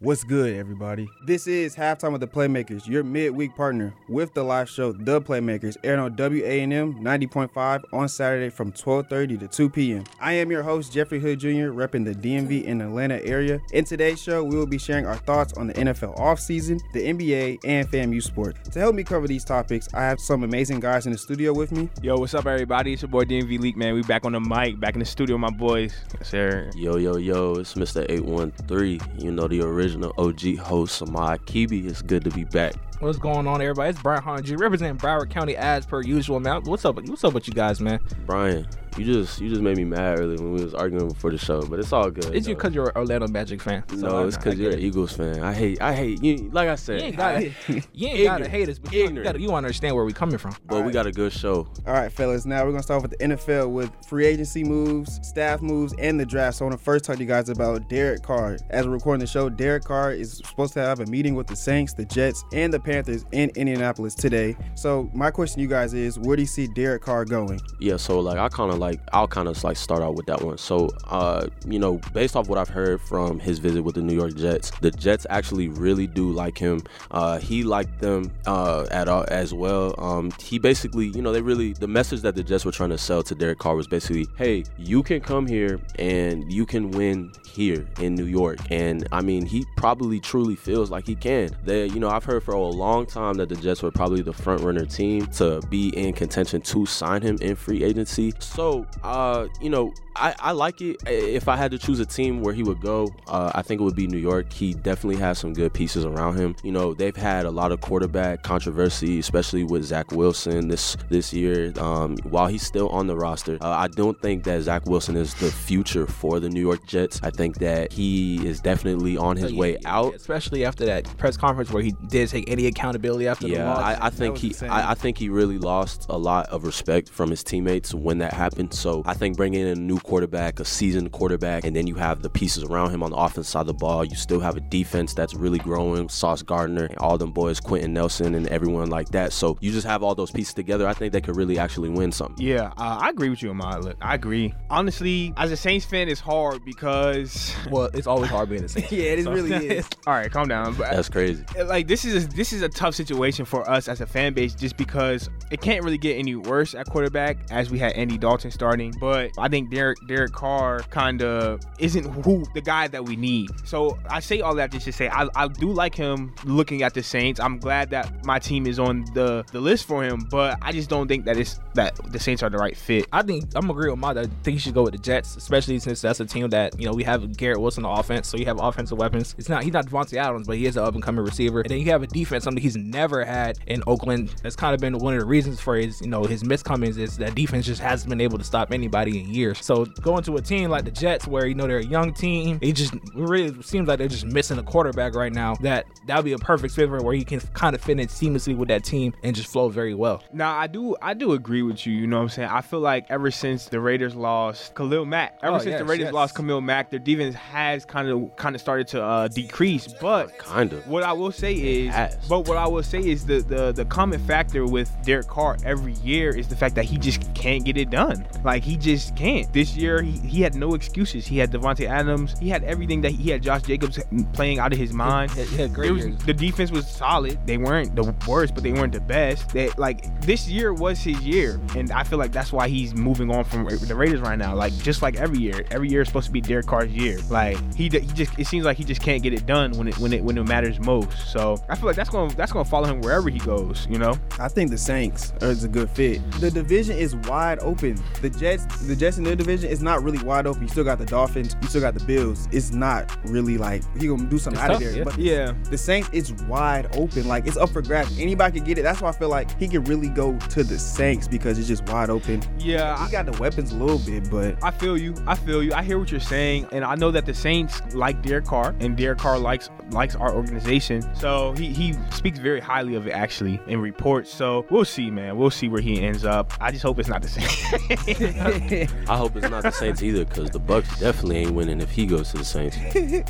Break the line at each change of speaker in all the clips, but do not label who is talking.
What's good, everybody?
This is halftime with the Playmakers, your midweek partner with the live show The Playmakers, airing on WANM 90.5 on Saturday from 12:30 to 2 p.m. I am your host Jeffrey Hood Jr., repping the DMV and Atlanta area. In today's show, we will be sharing our thoughts on the NFL offseason, the NBA, and FAMU sport. To help me cover these topics, I have some amazing guys in the studio with me.
Yo, what's up, everybody? It's your boy DMV Leak, man. We back on the mic, back in the studio, my boys. Yes, sir.
Yo, yo, yo, it's Mr. 813. You know, the original OG host, Samad Kibi. It's good to be back.
What's going on, everybody? It's Brian Hahn Jr. representing Broward County as per usual. Man, what's up? What's up with you guys, man?
Brian, you just you just made me mad earlier when we was arguing before the show, but it's all good.
It's you
though.
because you're an Orlando Magic fan. So
No,
I-
it's
I
because
get
you're an
it.
Eagles fan. I hate, I hate you. Like I said,
You ain't gotta, you ain't gotta
Ignorant.
hate us, but you,
Ignorant.
gotta, you understand where we coming from.
but we got a good show.
All right, fellas. Now we're gonna start with the NFL with free agency moves, staff moves, and the draft. So I want to first talk to you guys about Derek Carr. As we're recording the show, Derek Carr is supposed to have a meeting with the Saints, the Jets, and the Panthers in Indianapolis today. So my question to you guys is, where do you see Derek Carr going?
yeah so like i kind of like i'll kind of like start out with that one so uh you know based off what i've heard from his visit with the new york jets the jets actually really do like him uh he liked them uh at all as well um he basically you know they really the message that the jets were trying to sell to derek carr was basically hey you can come here and you can win here in new york and i mean he probably truly feels like he can they you know i've heard for a long time that the jets were probably the front runner team to be in contention to sign him in free agency. So, uh, you know, I, I like it. I- If I had to choose a team where he would go, uh, I think it would be New York. He definitely has some good pieces around him. You know, they've had a lot of quarterback controversy, especially with Zach Wilson this this year. Um, while he's still on the roster, uh, I don't think that Zach Wilson is the future for the New York Jets. I think that he is definitely on his
So, Oh, yeah,
way
yeah, yeah,
out.
especially after that press conference where he did take any accountability after the
Yeah,
loss.
I, I think
was
he,
insane.
I, I think he really lost a lot of respect from his teammates when that happened. So I think bringing in a new quarterback, a seasoned quarterback, and then you have the pieces around him on the offense side of the ball. You still have a defense that's really growing. Sauce Gardner, and all them boys, Quentin Nelson, and everyone like that. So you just have all those pieces together. I think they could really actually win something.
Yeah, uh, I agree with you, Ahmad. Look, I agree. Honestly, as a Saints fan, it's hard because.
well, it's always hard being the same.
Yeah, it really is.
All right, calm down. But,
That's crazy.
like this is this is a tough situation for us as a fan base just because it can't really get any worse at quarterback as we had Andy Dalton starting but I think Derek Derek Carr kind of isn't who the guy that we need so I say all that just to say I, I do like him looking at the Saints I'm glad that my team is on the the list for him but I just don't think that it's that the Saints are the right fit
I think I'm agree with Mata. I think you should go with the Jets, especially since that's a team that you know we have Garrett Wilson on offense, so you have offensive weapons. It's not he's not Devontae Adams, but he is an up and coming receiver, and then you have a defense, something he's never had in Oakland. That's kind of been one of the reasons for his you know his miscomings is that defense just hasn't been able to stop anybody in years. So going to a team like the Jets, where you know they're a young team, it just really seems like they're just missing a quarterback right now. That that would be a perfect fit for him where he can kind of fit in seamlessly with that team and just flow very well.
Now I do I do agree with you. You know what I'm saying? I feel like ever since the Raiders lost Khalil Mack, ever
Oh,
since the
yes,
Raiders
yes.
lost Khalil Mack, their defense has kind of kind of started to uh, decrease. But
Kind of.
what I will say is,
has.
but what I will say is the, the the common factor with Derek Carr every year is the fact that he just can't get it done. Like he just can't. This year he, he had no excuses. He had Devontae Adams. He had everything that he had Josh Jacobs playing out of his mind.
He had- he had great
There was-
years.
the defense was solid. They weren't the worst, but they weren't the best. That like this year was his year, and I feel like that's why he's moving on from the Raiders right now. Like just like every year, every year is supposed to be Derek Carr's year. Like he, he just it seems like he just can't get it done when it when it when it matters most. So I feel like that's gonna that's gonna follow him wherever he goes. You know.
I think the Saints is a good fit. The division is wide open. The Jets, the Jets in their division is not really wide open. You still got the Dolphins. You still got the Bills. It's not really like he gonna do something
It's
out
tough,
of there.
yeah.
But
Yeah.
the Saints is wide open. Like it's up for grabs. Anybody could get it. That's why I feel like he could really go to the Saints because it's just wide open.
Yeah.
He got the weapons a little bit, but
Ah,
I feel you. I feel you. I hear what you're saying, and I know that the Saints like Derek Carr, and Derek Carr likes likes our organization. So he he speaks very highly of it actually in reports. So we'll see, man. We'll see where he ends up. I just hope it's not the Saints.
I hope it's not the Saints either, because the Bucks definitely ain't winning if he goes to the Saints.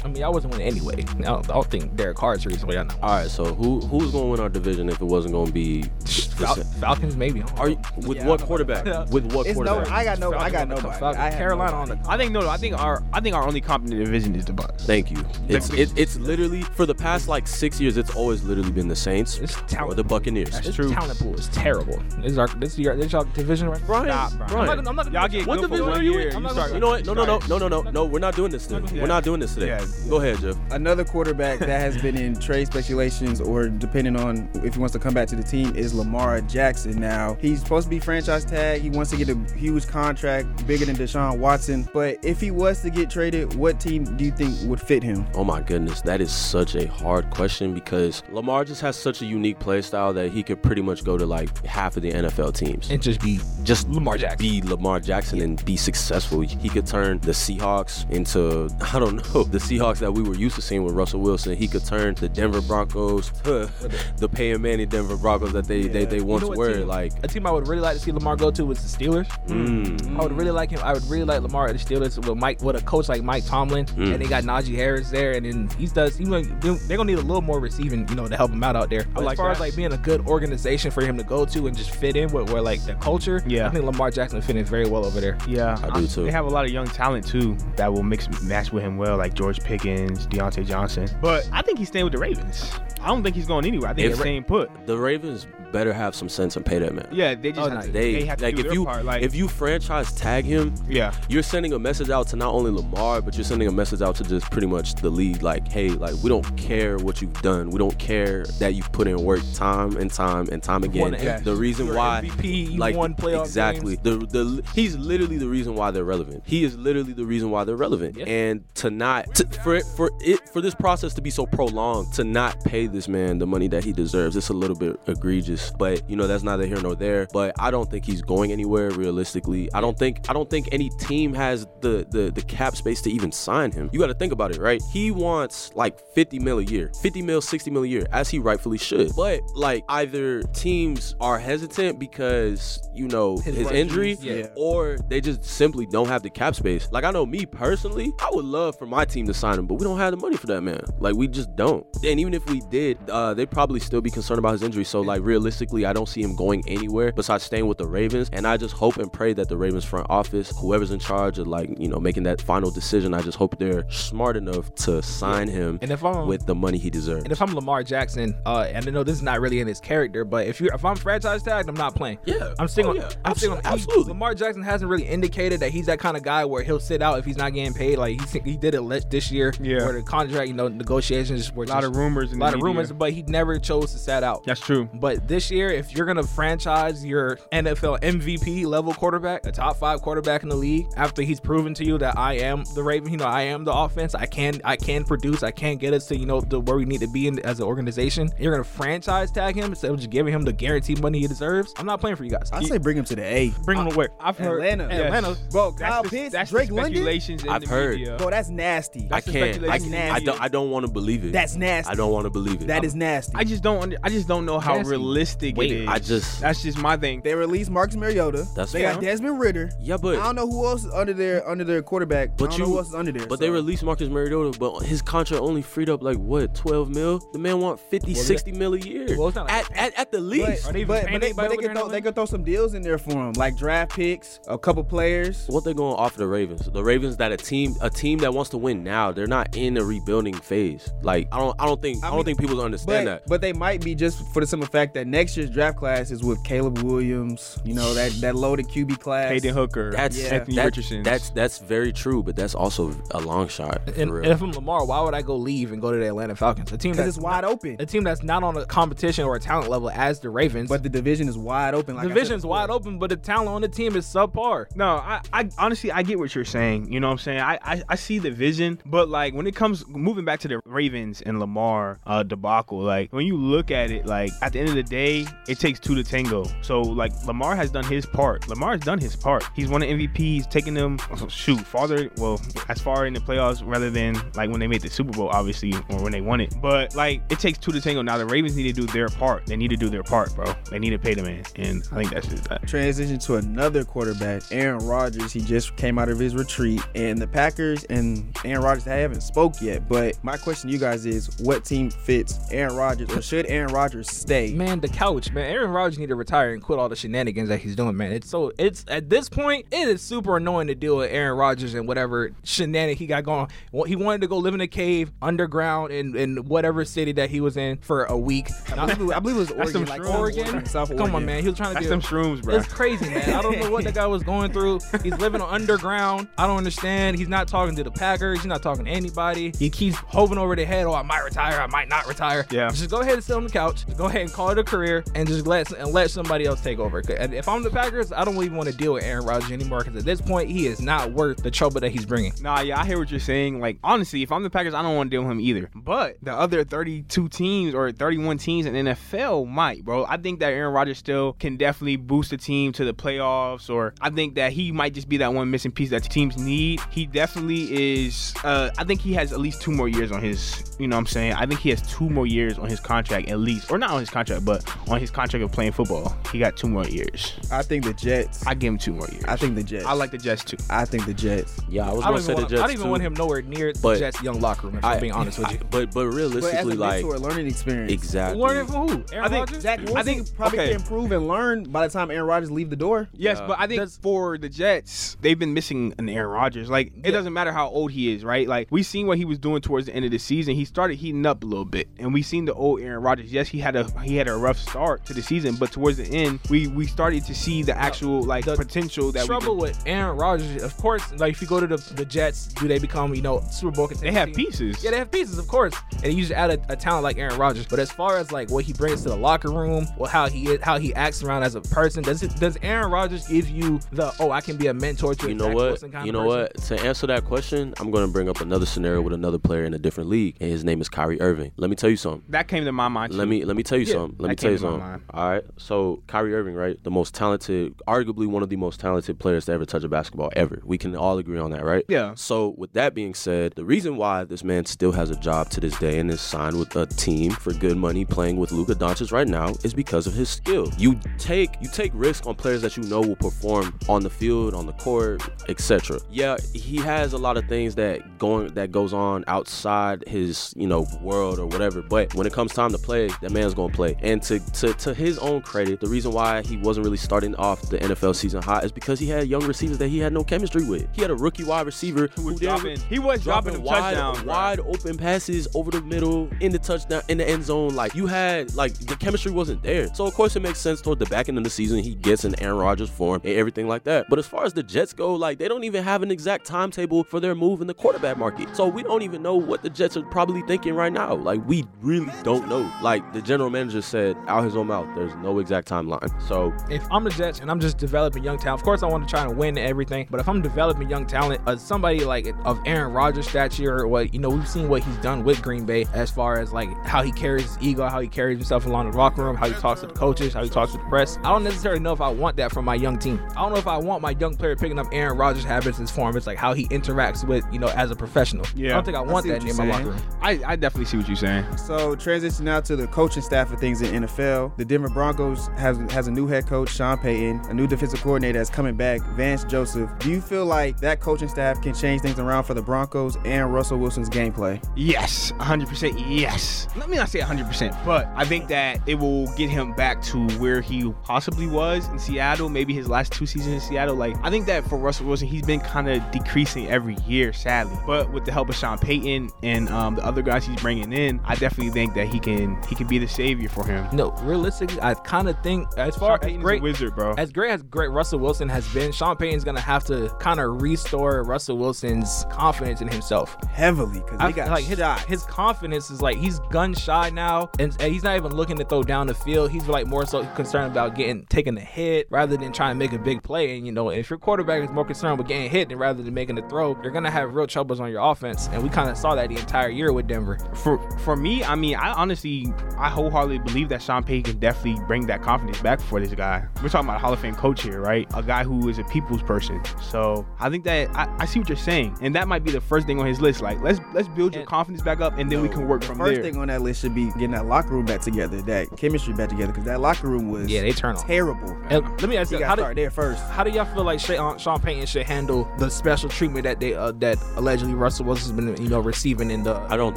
I mean, I wasn't winning anyway. I don't, I don't think Derek Carr is the reason why y'all not
Ah,
winning.
All right, so who who's gonna win our division if it wasn't gonna be? the
Fal-
Sa-
Falcons, maybe. I don't
Are you with what
Yeah.
quarterback? With what
It's no,
quarterback?
I got no,
know.
I got
Falcons,
nobody.
Falcons.
I have
Carolina
nobody.
on the.
I think no, no. I think our I think our only competent division is the Bucks.
Thank you. It's it, it's literally for the past like six years. It's always literally been the Saints
It's
or
talent.
the Buccaneers.
This
true.
talent pool is terrible. This is our this is your this your division right now.
Brian,
Brian.
Brian.
I'm not, I'm not
Y'all get
What
good for
division
one
are you
year,
in?
You
I'm not
start,
gonna-
you know what? No, no, no, no, no, no, no. We're not doing this today.
Yeah.
We're not doing this today.
Yeah.
Go ahead, Jeff.
Another quarterback that has been in trade speculations or depending on if he wants to come back to the team is Lamar Jackson. Now, he's supposed to be franchise tag. He wants to get a huge contract, bigger than Deshaun Watson. But if he was to get traded, what team do you think would fit him?
Oh my goodness, that is such a hard question because Lamar just has such a unique play style that he could pretty much go to like half of the NFL teams.
and just be
just
Lamar Jackson.
be Lamar Jackson and be successful. He could turn the Seahawks into I don't know the Seahawks that we were used to seeing with Russell Wilson. He could turn the Denver Broncos to the Peyton Manning Denver Broncos that they they, they once
You know what
were.
team-
Like
a team I would really like to see Lamar go to was the Steelers.
mm,
I would really like him. I would really like Lamar at the Steelers with Mike with a coach like Mike Tomlin, and they got Najee Harris there, and then he does. He might- they're gonna need a little more receiving, you know, to help him out out there. But
like
as far as
that.
like being a good organization for him to go to and just fit in with, where like the culture,
Yeah.
I think Lamar Jackson fit in very well over there.
Yeah,
I do, too.
They have a lot of young talent too that will mix match with him well, like George Pickens, Deontay Johnson. But I think he's staying with the Ravens. I don't think he's going anywhere. I think
If-
he's staying put.
the Ravens better have some sense and pay that man.
Yeah, they just
Oh,
have to,
nice.
They,
have to
like
do
if
their
you
part. Like
if you franchise tag him,
yeah,
you're sending a message out to not only Lamar, but you're sending a message out to just pretty much the league, like, hey, like we don't care what you've done, we don't care that you've put in work time and time and time
won
again.
an M-
The reason
you're
why,
MVP, you won playoff
exactly, the the he's literally the reason why they're relevant. He is literally the reason why they're relevant.
Yeah.
And to not to, for it for it for this process to be so prolonged, to not pay this man the money that he deserves, it's a little bit egregious. But you know that's neither here nor there. But I don't think he's going anywhere realistically. I don't think I don't think any team has the the the cap space to even sign him. You got to think about it, right? He wants like 50 mil a year, 50 mil, 60 mil a year, as he rightfully should. But like either teams are hesitant because you know his,
rights,
injury,
yeah.
or they just simply don't have the cap space. Like I know me personally, I would love for my team to sign him, but we don't have the money for that man. Like we just don't. And even if we did, uh, they'd probably still be concerned about his injury. So like realistically, I don't see him going anywhere besides staying with the Ravens. And I just hope and pray that the Ravens front office, whoever's in charge of like you know making that final decision, I just hope they're smart enough to sign him
And if I'm
with the money he deserves.
And if I'm Lamar Jackson, uh, and I know this is not really in his character, but if you are if I'm franchise tagged, I'm not playing.
Yeah.
I'm still
Oh,
on.
yeah.
I'm still on.
Absolute-
he-
absolutely.
Lamar Jackson hasn't really indicated that he's that kind of guy where he'll sit out if he's not getting paid. Like he he did it le- this year,
Yeah.
where the contract, you know, negotiations were
a lot of rumors.
a
In
lot
the
of
media.
rumors, but he never chose to sit out.
That's true.
But this year, if you're gonna franchise your NFL MVP level quarterback, a top five quarterback in the league, after he's proven to you that I am the Raven, you know I am the offense. I can I can produce. I can get us to you know the, where we need to be in, as an organization. You're gonna franchise tag him instead of just giving him the guaranteed money he deserves. I'm not playing for you guys.
I say bring him to the A.
Bring him to where? I've
heard- Atlanta. Yes.
Atlanta.
Bro, Kyle
that's the-
Pitts,
that's
Drake
the
London?
speculations in
I've
the
heard.
media.
Bro, that's nasty.
I
That's the
can't. I,
speculation
I
nasty.
don't. I don't want to believe it.
That's nasty.
I don't want to believe it.
That is nasty.
I just don't. Under, I just don't know how
Nasty.
realistic
Wait,
it is.
I just-
That's just my thing.
they released Marcus Mariota.
That's
they got
fair.
Desmond Ritter.
Yeah,
I
but
don't know who else is under their under their quarterback. But I
But
don't
you,
know who else is under there.
But
so.
they released Marcus Mariota, but his contract only freed up like what, 12 mil? The man want 50, 60 mil a year.
Well, it's not like-
at, at, at the least.
But,
they even
but, but
paying
they, but
anybody
they
over
could
there
throw,
now?
they could throw some deals in there for him, like draft picks, a couple players.
what they gonna offer the Ravens? The Ravens that a team a team that wants to win now, they're not in a rebuilding phase. Like I don't I don't think I,
mean,
don't think people understand
But,
that.
but they might be just for the simple fact that next year's draft class is with Caleb Williams, you know that that loaded QB class.
Hayden Hooker,
That's
Anthony
that-
Richardson.
That's that's very true, but that's also a long shot. For
and,
real.
and if I'm Lamar, why would I go leave and go to the Atlanta Falcons, a team
because
that's
it's wide open.
a team that's not on a competition or a talent level as the Ravens.
But the division is wide open. Like I said
the division's
before.
wide open, but the talent on the team is subpar.
No, I, I honestly I get what you're saying. You know what I'm saying? I, I, I see the vision, but like when it comes moving back to the Ravens and Lamar, uh, debacle. Like when you look at it, like at the end of the day, it takes two to tango. So like Lamar has done his part. Lamar's done his part. He's won an MVP. He's taken them shoot farther. Well, as far in the playoffs rather than like when they made the Super Bowl, obviously, or when they won it. But like it takes two to tango. Now the Ravens need to do their part. They need to do their part, bro. They need to pay the man, and I think that's just that.
Transition to another quarterback, Aaron Rodgers. He just came out of his retreat, and the Packers and Aaron Rodgers they haven't spoke yet. But my question to you guys is, what team fits Aaron Rodgers, or should Aaron Rodgers stay?
Man, the couch, man. Aaron Rodgers need to retire and quit all the shenanigans that he's doing, man. It's so it's at this point, it is super annoying to deal with Aaron Rodgers and whatever shenanigans he got going. Well, He wanted to go live in a cave underground in, in whatever city that he was in for a week. I believe, it- I believe it was
That's
Oregon,
some
like
shrooms.
Oregon.
South
Come on,
Oregon.
man. He was trying to
That's
do
some shrooms, bro.
It's crazy, man. I don't know what the guy was going through. He's living underground. I don't understand. He's not talking to the Packers. He's not talking to anybody. He keeps hovering over their head. Oh, I might retire. I might not retire.
Yeah.
Just go ahead and sit on the couch. Just go ahead and call it a career, and just let and let somebody else take over. 'Cause- And if I'm the Packers, I don't even want to deal with Aaron Rodgers anymore. Because at this point, he is not worth the trouble that he's bringing.
Nah, yeah, I hear what you're saying. Like, honestly, if I'm the Packers, I don't want to deal with him either. But the other 32 teams or 31 teams in NFL might, bro. I think that Aaron Rodgers still can definitely boost the team to the playoffs, or I think that he might just be that one missing piece that teams need. He definitely is. Uh, I think he has at least two more years on his. You know, what I'm saying. I think he has two more years on his contract at least, or not on his contract, but on his contract of playing football. He got two more years.
I think the Jets. I,
I give him two more years.
think the Jets.
I like the Jets too.
I think the Jets.
Yeah, I was
I
gonna
don't,
say
even
the
want,
Jets
I don't even
too,
want him nowhere near the
but
Jets young locker room. If I,
I-
am being honest with
I-
you.
but but
But as a
realistically, like
mentor, learning experience.
exactly.
Learning from who? Aaron
I think
Rodgers?
Zach
Wilson
I think-
probably
okay.
can improve and learn by the time Aaron Rodgers leave the door.
Yes,
Yeah.
but I think for the Jets, they've been missing an Aaron Rodgers. Like it doesn't matter how old he is, right? Like we seen what he was doing towards the end of the season. He started heating up a little bit, and we seen the old Aaron Rodgers. Yes, he had a he had a rough start to the season, but towards the end, we we started to see the actual like
the
potential that we
trouble
could-
with Aaron Rodgers, of course, like if you go to the, the Jets, do they become, you know, Super Bowl
they
contenders?
have pieces.
Yeah, they have pieces, of course, and you just add a, a talent like Aaron Rodgers. But as far as like what he brings to the locker room, or how he is, how he acts around as a person, does it, does Aaron Rodgers give you the oh I can be a mentor to a
you know
Zach
what?
Wilson kind
You
of
know
person?
what? To answer that question, I'm going to bring up another scenario with another player in a different league, and his name is Kyrie Irving. Let me tell you something.
that came to my mind. too.
Let me let me tell you something.
that
Let me tell you
came to my
something.
mind.
All right. So Kyrie Irving, right? The most talented, arguably one of the most talented players to ever touch a basketball ever. We can all agree on that, right?
Yeah.
So with that being said, the reason why this man still has a job to this day and is signed with a team for good money playing with Luka Doncic right now is because of his skill. You take you take risk on players that you know will perform on the field, on the court, etc. Yeah, he has a lot of things that going that goes on outside his, you know, world or whatever, but when it comes time to play, that man's going to play. And to, to to his own credit, the reason why he wasn't really starting off the NFL season hot is because he had young receivers that he had no chemistry with. He had a rookie wide receiver
He was
who didn't-
dropping, he was dropping,
dropping
them
wide,
touchdowns, bro.
wide open passes over the middle in the touchdown in the end zone. Like you had, like the chemistry wasn't there. So of course it makes sense toward the back end of the season he gets in Aaron Rodgers form and everything like that. But as far as the Jets go, like they don't even have an exact timetable for their move in the quarterback market. So we don't even know what the Jets are probably thinking right now. Like we really don't know. Like the general manager said out his own mouth, there's no exact timeline. So
if I'm the Jets and I'm just developing young talent, of course I want to try and win everything. But if I'm developing young talent, uh, somebody like of Aaron Rodgers' stature, or what you know, we've seen what he's done with Green Bay as far as like how he carries his ego, how he carries himself along the locker room, how he talks to the coaches, how he talks to the press. I don't necessarily know if I want that from my young team. I don't know if I want my young player picking up Aaron Rodgers' habits, his form, it's like how he interacts with you know as a professional.
Yeah.
I don't think I want
see
that
what
in
you're
my
saying.
locker room.
I, I definitely see what you're saying.
So transition now to the coaching staff of things in NFL. The Denver Broncos has has a new head coach, Sean Payton, a new defensive coordinator that's coming back, Vance Joseph. Do you feel like that coaching staff can change things around for the Broncos and Russell Wilson's gameplay?
Yes, 100% yes. Let me not say 100%, but I think that it will get him back to where he possibly was in Seattle, maybe his last two seasons in Seattle. Like, I think that for Russell Wilson, he's been kind of decreasing every year, sadly. But with the help of Sean Payton and um, the other guys he's bringing in, I definitely think that he can he can be the savior for him.
No, realistically, I kind of think as
Sean
far as
Payton's
great
a wizard, bro.
as great as great Russell Wilson has been, Sean Payton's gonna have to kind of restore Russell Wilson's confidence in himself.
Heavily, because
I
they got
like
like
his,
shot.
his confidence is like he's gun shy now, and, and he's not even looking to throw down the field. He's like more so concerned about getting taking a hit rather than trying to make a big play. And you know, if your quarterback is more concerned with getting hit than rather than making a throw, you're gonna have real troubles on your offense. And we kind of saw that the entire year with Denver.
for for me, I mean, I honestly, I wholeheartedly believe that Sean Payton can definitely bring that confidence back for this guy. We're talking about a Hall of Fame coach here, right? A guy who is a people's person. So I think that I, I see what you're saying, and that might be the first thing on his list. Like, let's let's build your
And-
confidence back up, and then we can work
The
from
first
there.
thing on that list should be getting that locker room back together, that chemistry back together, because that locker room was
Yeah, they turn on.
terrible.
And let me ask
He
you,
got
how
to
did,
start there first.
How do y'all feel like Sean, Sean Payton should handle the special treatment that they uh, that allegedly Russell Wilson's been you know receiving in the?
I don't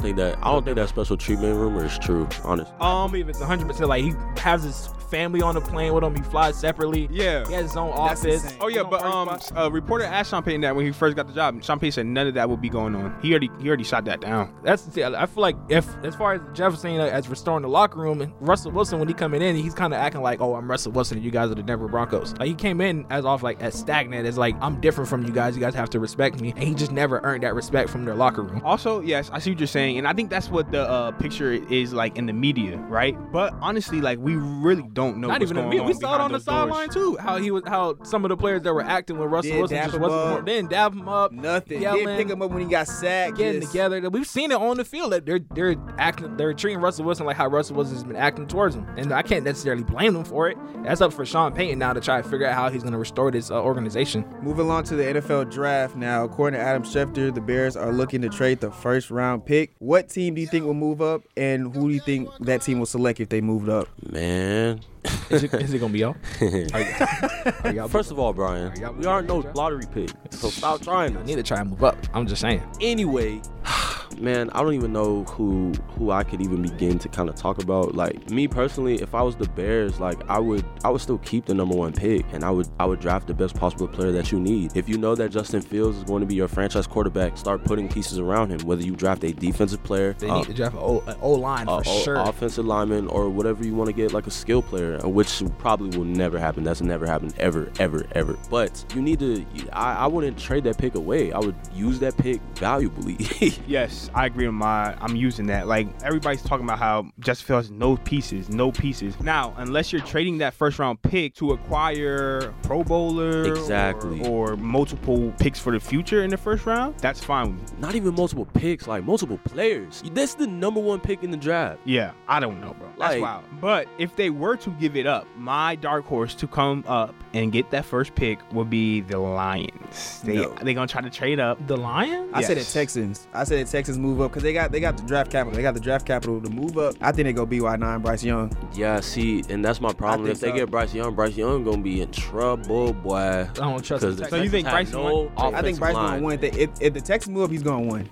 think that I don't think that special treatment rumor is true. Honest.
um, even it's 100 percent like he has his family on the plane with him. He flies separately.
Yeah.
he has his own
That's
office.
insane.
Oh yeah,
You know,
but
first
um,
class-
a reporter asked Sean Payton that when he first got the job. Sean Payton said none of that would be going on. He already he already shot that down.
that's the thing. I feel like if as far as Jeff was saying uh, as restoring the locker room and Russell Wilson when he coming in, he's kind of acting like, oh, I'm Russell Wilson and you guys are the Denver Broncos. Like he came in as off like as stagnant as like I'm different from you guys. You guys have to respect me, and he just never earned that respect from their locker room.
Also, yes, I see what you're saying, and I think that's what the uh, picture is like in the media, right? But honestly, like we really don't know.
Not
what's
even
going
we,
on
we saw it
behind
on the
those doors.
sideline too. How he was, how some of the players that were acting with Russell
Did
Wilson
dap
just
him
wasn't
up.
then dab him up,
Nothing.
yelling,
Didn't pick him up when he got sacked.
getting
just-
together. We've seen it on the field that they're they're acting, they're treating Russell Wilson like how Russell Wilson's been acting towards him, and I can't necessarily blame them for it. That's up for Sean Payton now to try to figure out how he's going to restore this uh, organization.
Moving on to the NFL draft now. According to Adam Schefter, the Bears are looking to trade the first round pick. What team do you think will move up, and who do you think that team will select if they moved up?
Man.
Is it, is it going to be y'all? Are y'all- are y'all-
First of all, Brian,
y'all-
we aren't no lottery pick. So stop trying
I
to
need to try and move up. I'm just saying.
anyway man i don't even know who who i could even begin to kind of talk about like me personally if i was the bears like i would i would still keep the number one pick and i would i would draft the best possible player that you need if you know that justin fields is going to be your franchise quarterback start putting pieces around him whether you draft a defensive player
They
uh,
need to draft an O- an O line
uh,
for
o-
sure.
offensive lineman or whatever you want to get, like a skill player, uh, which probably will never happen. That's never happened ever, ever, ever. But you need to. I, I wouldn't trade that pick away. I would use that pick valuably.
Yes, I agree with my. I'm using that. Like everybody's talking about how Justin Fields has no pieces, no pieces. Now, unless you're trading that first round pick to acquire Pro Bowler, or-
Exactly.
or, multiple picks for the future in the first round, that's fine. With me.
Not even multiple picks, like multiple players. That's the number one pick in the draft.
Yeah, I don't know, bro. That's
Like-
wild. But if they were to give it up, my dark horse to come up and get that first pick would be the Lions. They
No.
they gonna try to trade up the Lions.
I said the Texans. I said the Texans move up because they got they got the draft capital. They got the draft capital to move up. I think they go BY9 Bryce Young.
Yeah, see, and that's my problem.
think
If they
so.
get Bryce Young, Bryce Young gonna be in trouble, boy. I
don't trust the
So you think Bryce
no
Young-
I think
offensive
Bryce
line.
going one. If, if- if the Texans move up, he's going to win.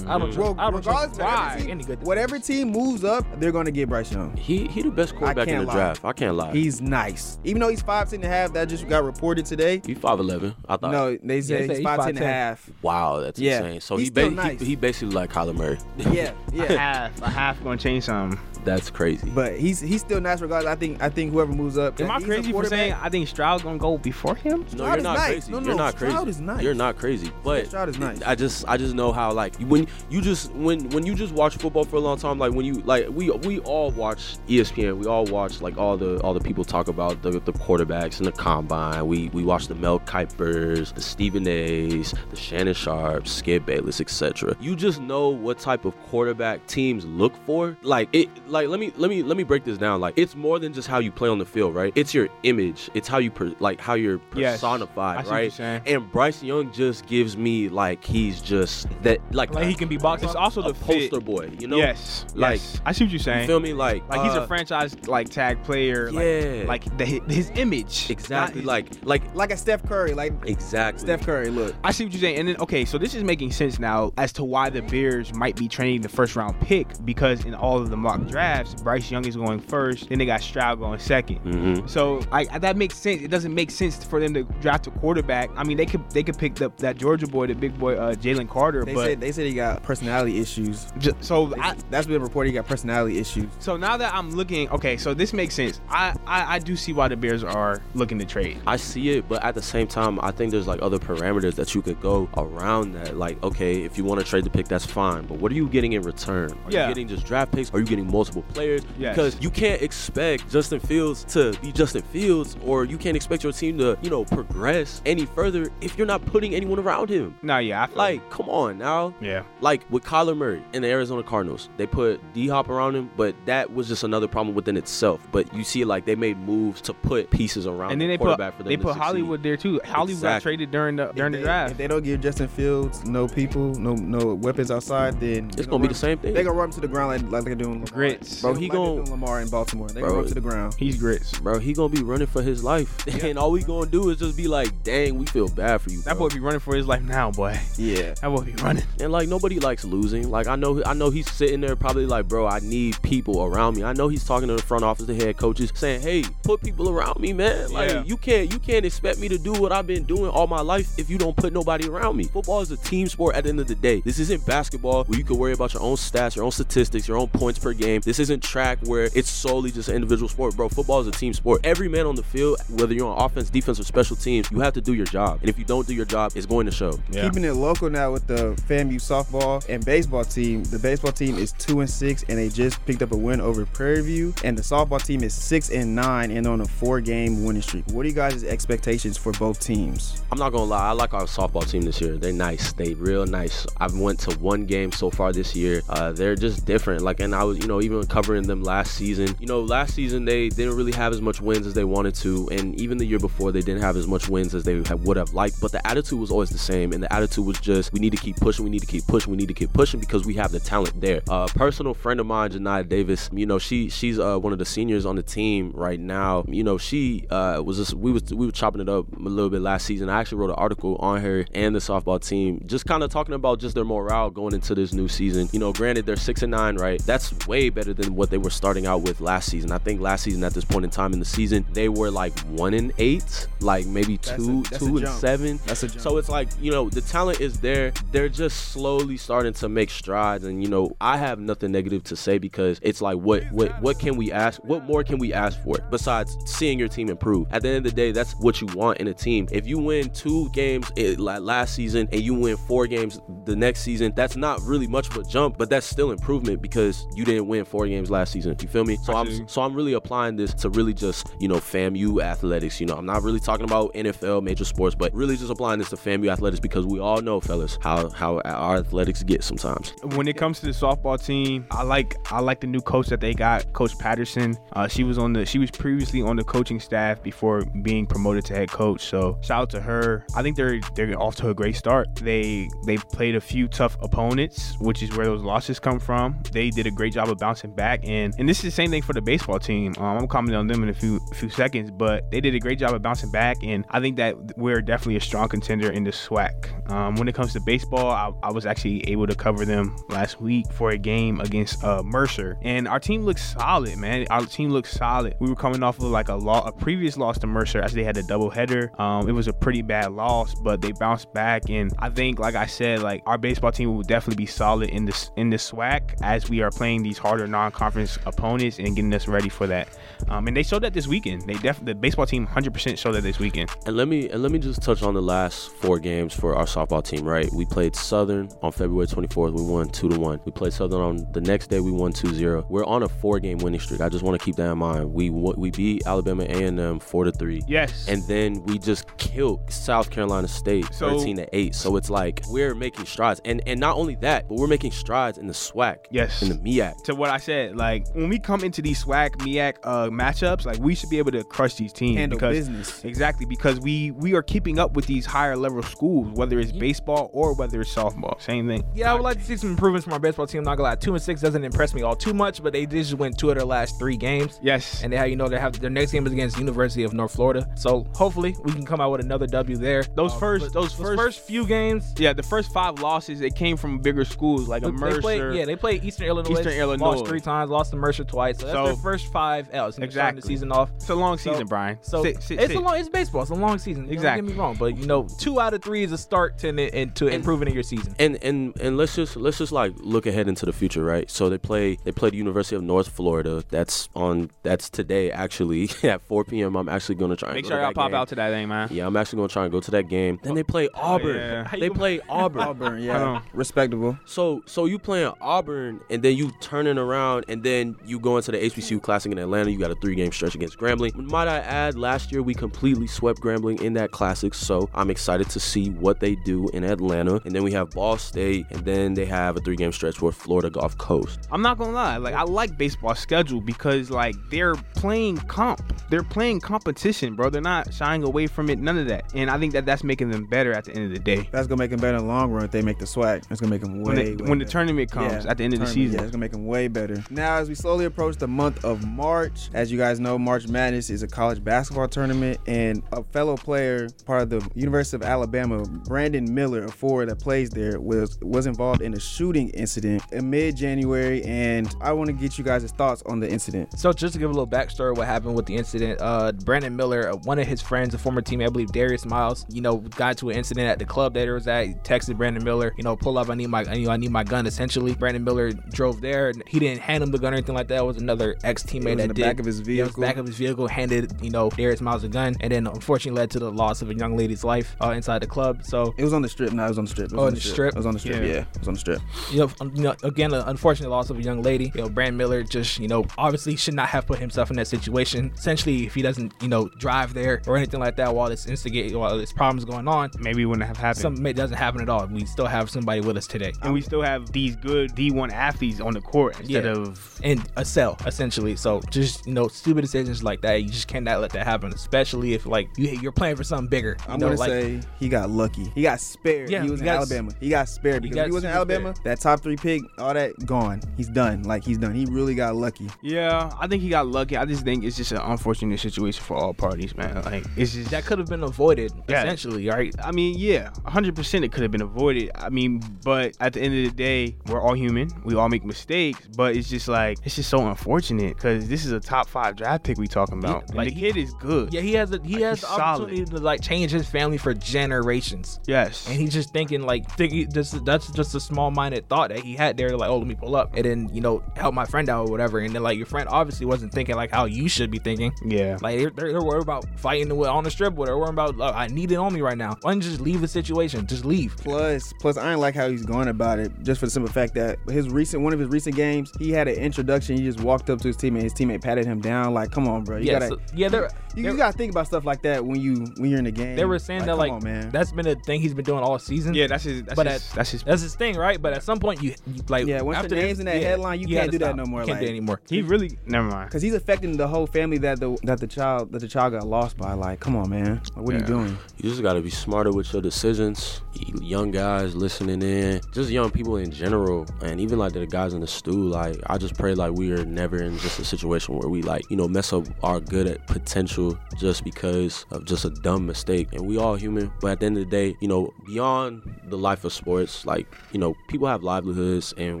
Hmm.
I don't trust. I don't trust
regardless of
why
whatever
any
team,
good
whatever team moves up, they're going to get Bryce Young.
He he the best quarterback in
can't
the
lie.
draft. I can't lie.
He's nice, even though he's five ten and a half. That just got reported today.
He five eleven. I thought.
No, they said
they say
he's
he's
five ten and a
5'10".
half.
Wow, that's
Yeah.
insane. So
He's
he, ba-
still nice.
he he basically like Kyler Murray.
Yeah,
A
yeah.
half, a half gonna change something.
that's crazy.
But he's he's still nice regardless. I think I think whoever moves up.
Am I
he's a
crazy for
quarterback.
saying I think Stroud gonna go before him?
no,
Stroud
you're
is
not
nice.
crazy.
No, no,
you're not
Stroud
crazy.
is nice.
You're not crazy. But
Stroud is nice.
I just I just know how like when you just when when you just watch football for a long time, like when you like we we all watch E ESPN, we all watch like all the all the people talk about the, the quarterbacks and the combine. We we watch the Mel Kuypers, the Stephen A's, the Shannon Sharps, Skip Bayless, etc. You just know what type of quarterback teams look for. Like it like let me let me let me break this down. Like it's more than just how you play on the field, right? It's your image. It's how you per, like how you're
Yes. I
personified,
see what you're
right?
saying.
And Bryce Young just gives me like he's just that like,
Like he can be boxed.
It's also
a
the
poster
fit.
boy, you know?
yes,
Like-
yes. I see what you're
You
saying.
feel me? Like
like he's
uh,
a franchise like tag player.
Yeah.
Like, like the, his image.
Exactly.
Not-
Like like
like a Steph Curry, like
exactly.
Steph Curry. Look,
I see what you're saying. And then, okay, so this is making sense now as to why the Bears might be trading the first round pick because in all of the mock drafts, Bryce Young is going first, then they got Stroud going 2nd
Mhm.
So like that makes sense. It doesn't make sense for them to draft a quarterback. I mean, they could they could pick up that Georgia boy, the big boy, uh, Jalen Carter.
they
but
said they said he got personality issues.
ju- so I,
That's been reported he got personality issues.
So now that I'm looking, okay, so this makes sense. I, I, I do see why the Bears are looking to trade.
I see it, but at the same time, I think there's like other parameters that you could go around that. Like, okay, if you want to trade the pick, that's fine, but what are you getting in return? Are
Yeah.
you getting just draft picks? Are you getting multiple players?
Yes.
Because you can't expect Justin Fields to be Justin Fields, or you can't expect your team to, you know, progress any further if you're not putting anyone around him.
No, yeah, I feel
Like, come on now.
yeah.
Like with Kyler Murray and the Arizona Cardinals, they put D Hop around him, but that was just another problem within itself. But you see, like they made moves to put pieces around
And then
the
they put
quarterback for them
they
to
put
succeed.
Hollywood there too. Hollywood got
Exactly.
traded during the during
If
the
they-
draft.
If they don't give Justin Fields no people, no no weapons outside, then
It's gonna be the same thing.
They're gonna run him to the ground like, like they're doing Lamar.
Grits.
Bro,
He
he like going
gon-
doing Lamar in Baltimore. They're
Bro,
gonna run him to the ground.
He's grits.
Bro, he gonna be running for his life, and all we gonna do is just be like, "Dang, we feel bad for you."
That
bro.
boy be running for his life now, boy.
Yeah.
That boy be running.
And like nobody likes losing. Like I know, I know he's sitting there probably like, bro, I need people around me. I know he's talking to the front office, the head coaches, saying, hey, put people around me, man. Like
Yeah.
you can't, you can't expect me to do what I've been doing all my life if you don't put nobody around me. Football is a team sport. At the end of the day, this isn't basketball where you can worry about your own stats, your own statistics, your own points per game. This isn't track where it's solely just an individual sport, bro. Football is a team sport. Every man on the field, whether you're on offense, defense, or special teams, you have to do your job. And if you don't do your job, it's going to show.
Keeping it local now with the FAMU softball and baseball team. The baseball team is two and six, and they just picked up a win over Prairie View. And the softball team is six and nine, and on a four-game winning streak. What are you guys' expectations for both teams?
I'm not gonna lie, I like our softball team this year. They're nice. They real nice. I've went to one game so far this year. Uh, they're just different. Like, and I was, you know, even covering them last season. You know, last season they didn't really have as much wins as they wanted to, and even the year before they didn't have as much wins as they have, would have liked. But the attitude was always the same, and the attitude was just, we need to keep pushing, we need to keep pushing, we need to keep pushing because we have the talent there. A personal friend of mine, Janaya Davis, you know, she she's uh, one of the seniors on the team right now. You know, she uh, was just we was we were chopping it up a little bit last season. I actually wrote an article on her and the softball team, just kind of talking about just their morale going into this new season. You know, granted they're six and nine, right? That's way better than what they were starting out with last season. I think last season at this point in time in the season they were like one and eight, like maybe
That's a-
two,
that's a
two and
jump.
seven.
That's a jump.
So it's like you know the talent is there. They're just slowly starting to make strides, and you know I have nothing negative to say because it's like what what what can we ask? What more can we ask for besides seeing your team improve? At the end of the day, that's what you want in a team. If you win two games eh, like last season and you win four games the next season, that's not really much of a jump, but that's still improvement because you didn't win four games last season. You feel me? So
I
I'm
see.
so I'm really applying this to really just, you know, FAMU athletics. You know, I'm not really talking about NFL, major sports, but really just applying this to FAMU athletics because we all know, fellas, how how our athletics get sometimes.
when it comes to the softball team, I like I like the new coach that they got, Coach Patterson. Uh, she was on the she was previously on the coaching staff before being promoted to head coach. So shout out to her. I think they're they're off to a great start. They they played a few tough opponents, which is where those losses come from. They did a great job of bouncing back, and and this is the same thing for the baseball team. Um, I'm commenting on them in a few few seconds, but they did a great job of bouncing back, and I think that we're definitely a strong contender in the SWAC. Um, when it comes to baseball, I, I was actually able to cover them last week for a game against uh, Mercer, and our team looks solid, man. Our team looks solid. We were coming off of like a law, a previous loss to Mercer, as they had a doubleheader. Um, it was a pretty bad loss, but they bounced back, and I think, like I said, like our baseball team will definitely be solid in this in this SWAC as we are playing these harder non-conference opponents and getting us ready for that. Um, and they showed that this weekend. They def the baseball team 100% showed that this weekend.
And let me and let me just touch on the last four games for our softball team, right? We played Southern on February 24th. We won 2 to 1. We played Southern on the next day we won 2-0. We're on a four-game winning streak. I just want to keep that in mind. We wa- we beat Alabama A&M 4 to 3.
Yes.
And then we just killed South Carolina State
So-
13 to 8. So it's like we're making strides. And and not only that, but we're making strides in the SWAC,
yes.
in the E MIAC.
to what I said, like when we come into these swag MIAC uh, matchups, like we should be able to crush these teams
Handle
because
business.
exactly because we we are keeping up with these higher level schools, whether it's baseball or whether it's softball. Same thing.
Yeah, I would like to see some improvements from our baseball team. Not gonna lie, two and six doesn't impress me all too much, but they did just win two of their last three games.
Yes.
And they have you know they have their next game is against University of North Florida. So hopefully we can come out with another W there. Uh,
Those first-
but
those first-
first few games.
yeah, the first five losses they came from bigger schools like a Mercer.
They played, yeah, they played Eastern Illinois.
Eastern Illinois.
Lost three times, lost to Mercer twice. So that's
So-
their first five L's. and they're starting
Exactly.
The season off.
it's a long
So-
season, Brian.
So
Sit- sit-
it's
sit.
a long. It's baseball. It's a long season. Don't
Exactly.
get me wrong, but you know, two out of three is a start to and, and to improving in your season.
and and and let's just let's just like look ahead into the future, right? So they play they play the University of North Florida. That's on that's today. today, actually, at 4 p.m. I'm actually gonna try. and
Make
go
sure
to
y'all
that
pop
game.
out to that thing, man.
Yeah, I'm actually gonna try and go to that game. Then they play Auburn.
yeah. How
They play Auburn.
Auburn,
Hold
yeah,
on.
respectable.
So so you playing Auburn and then you turning around and then you go into the HBCU Classic in Atlanta. You got a three game stretch against Grambling. Might I add, last year we completely swept Grambling in that Classic. So I'm excited to see what they do in Atlanta. And then we have Ball State and then they have a three game stretch with Florida Gulf Coast.
I'm not gonna lie. Like I like baseball schedule because like they're playing comp. They're playing competition, bro. They're not shying away from it. None of that. And I think that that's making them better at the end of the day.
That's gonna make them better in the long run if they make the swag. That's gonna make them way
When, the,
way
when the
better.
tournament comes at the end of the
tournament,
season.
Yeah, it's gonna make them way better. Now, as we slowly approach the month of March, as you guys know, March Madness is a college basketball tournament, and a fellow player, part of the University of Alabama, Brandon Miller, a forward that plays there, was was involved in a shooting incident in mid-January, and I want to get you guys' thoughts on the incident.
So just to give a little backstory, of what happened with the incident? Uh, Brandon Miller, uh, one of his friends, a former teammate, I believe Darius Miles, you know, got to an incident at the club that it was at. He texted Brandon Miller, you know, pull up, I need my, you know, I need my gun. Essentially, Brandon Miller drove there. and He didn't hand him the gun or anything like that. It was another ex
It
teammate
was
that
in the
did.
back of his
Yeah, it was
vehicle.
back of his vehicle, handed you know Darius Miles a gun, and then unfortunately led to the loss of a young lady's life uh, inside the club. So
It was on the strip. No, it was on the strip. It was
Oh,
on
the strip?
It was on the strip.
Yeah.
Yeah, it was on the strip.
you know, um, you know, again, an unfortunate loss of a young lady. You know, Brand Miller just, you know, obviously should not have put himself in that situation. Essentially, if he doesn't, you know, drive there or anything like that while this instigate while this problem's going on,
Maybe it wouldn't have happened.
some it doesn't happen at all. We still have somebody with us today.
and we still have these good D1 athletes on the court instead
Yeah.
of
And a cell, essentially. So just you know, stupid decisions like that, you just cannot let that happen. Especially if like you, you're playing for something bigger. You
I'm
know,
gonna
like,
say he got lucky. He got spared.
Yeah,
he was
he
in
got s-
Alabama. He got spared because
got
if he was in
super
Alabama, that top three pick, all that gone. He's done. Like he's done. He really got lucky.
yeah. I think he got lucky. I just think it's just an unfortunate situation for all parties, man. Like it's just
that could have been avoided.
Yeah.
Essentially, right?
I mean, yeah, 100% it could have been avoided. I mean, but at the end of the day, we're all human. We all make mistakes, but it's just like, it's just so unfortunate because this is a top five draft pick we talking about.
like,
like, the kid is good.
Yeah, he has a, he
Like,
has
he's
the opportunity to like change his family for generations.
Yes.
And he's just thinking like thinking this, that's just a small minded thought that he had there, like, oh let me pull up and then, you know, help my friend out or whatever. And then like your friend obviously wasn't thinking like how you should be thinking.
yeah.
Like they're, they're, they're worried about fighting with- on the strip, or they're worried about uh, I need it on me right now. Why don't you just leave the situation? Just leave.
Plus, plus I ain't like how he's going about it, just for the simple fact that his recent one of his recent games, he had an introduction. He just walked up to his teammate. His teammate patted him down. Like, come on, bro. You
yeah,
gotta
so- yeah. They're,
you,
they're-
you gotta think about stuff like that when you when you're in the game.
they were saying that
come
like
on, man.
that's been a thing he's been doing all season.
Yeah, that's his, that's
But
his,
at-
that's his,
that's his thing, right? But at some point you, you like
Yeah, once your
after
name's
this-
in that headline, you can't
gotta
do that
stop.
no more,
You can't do
like-
it anymore.
he really, never mind.
Cause he's affecting the whole family that the that the child that the child got lost by. Like, come on, man. Like, what are
Yeah.
you doing?
You just gotta be smarter with your decisions. You- Young guys listening in, just young people in general, and even like the guys in the stool. Like I just pray like we are never in just a situation where we like you know mess up our good at potential just because of just a dumb mistake. And we all human, but at the end of the day, you know beyond the life of sports, like you know people have livelihoods and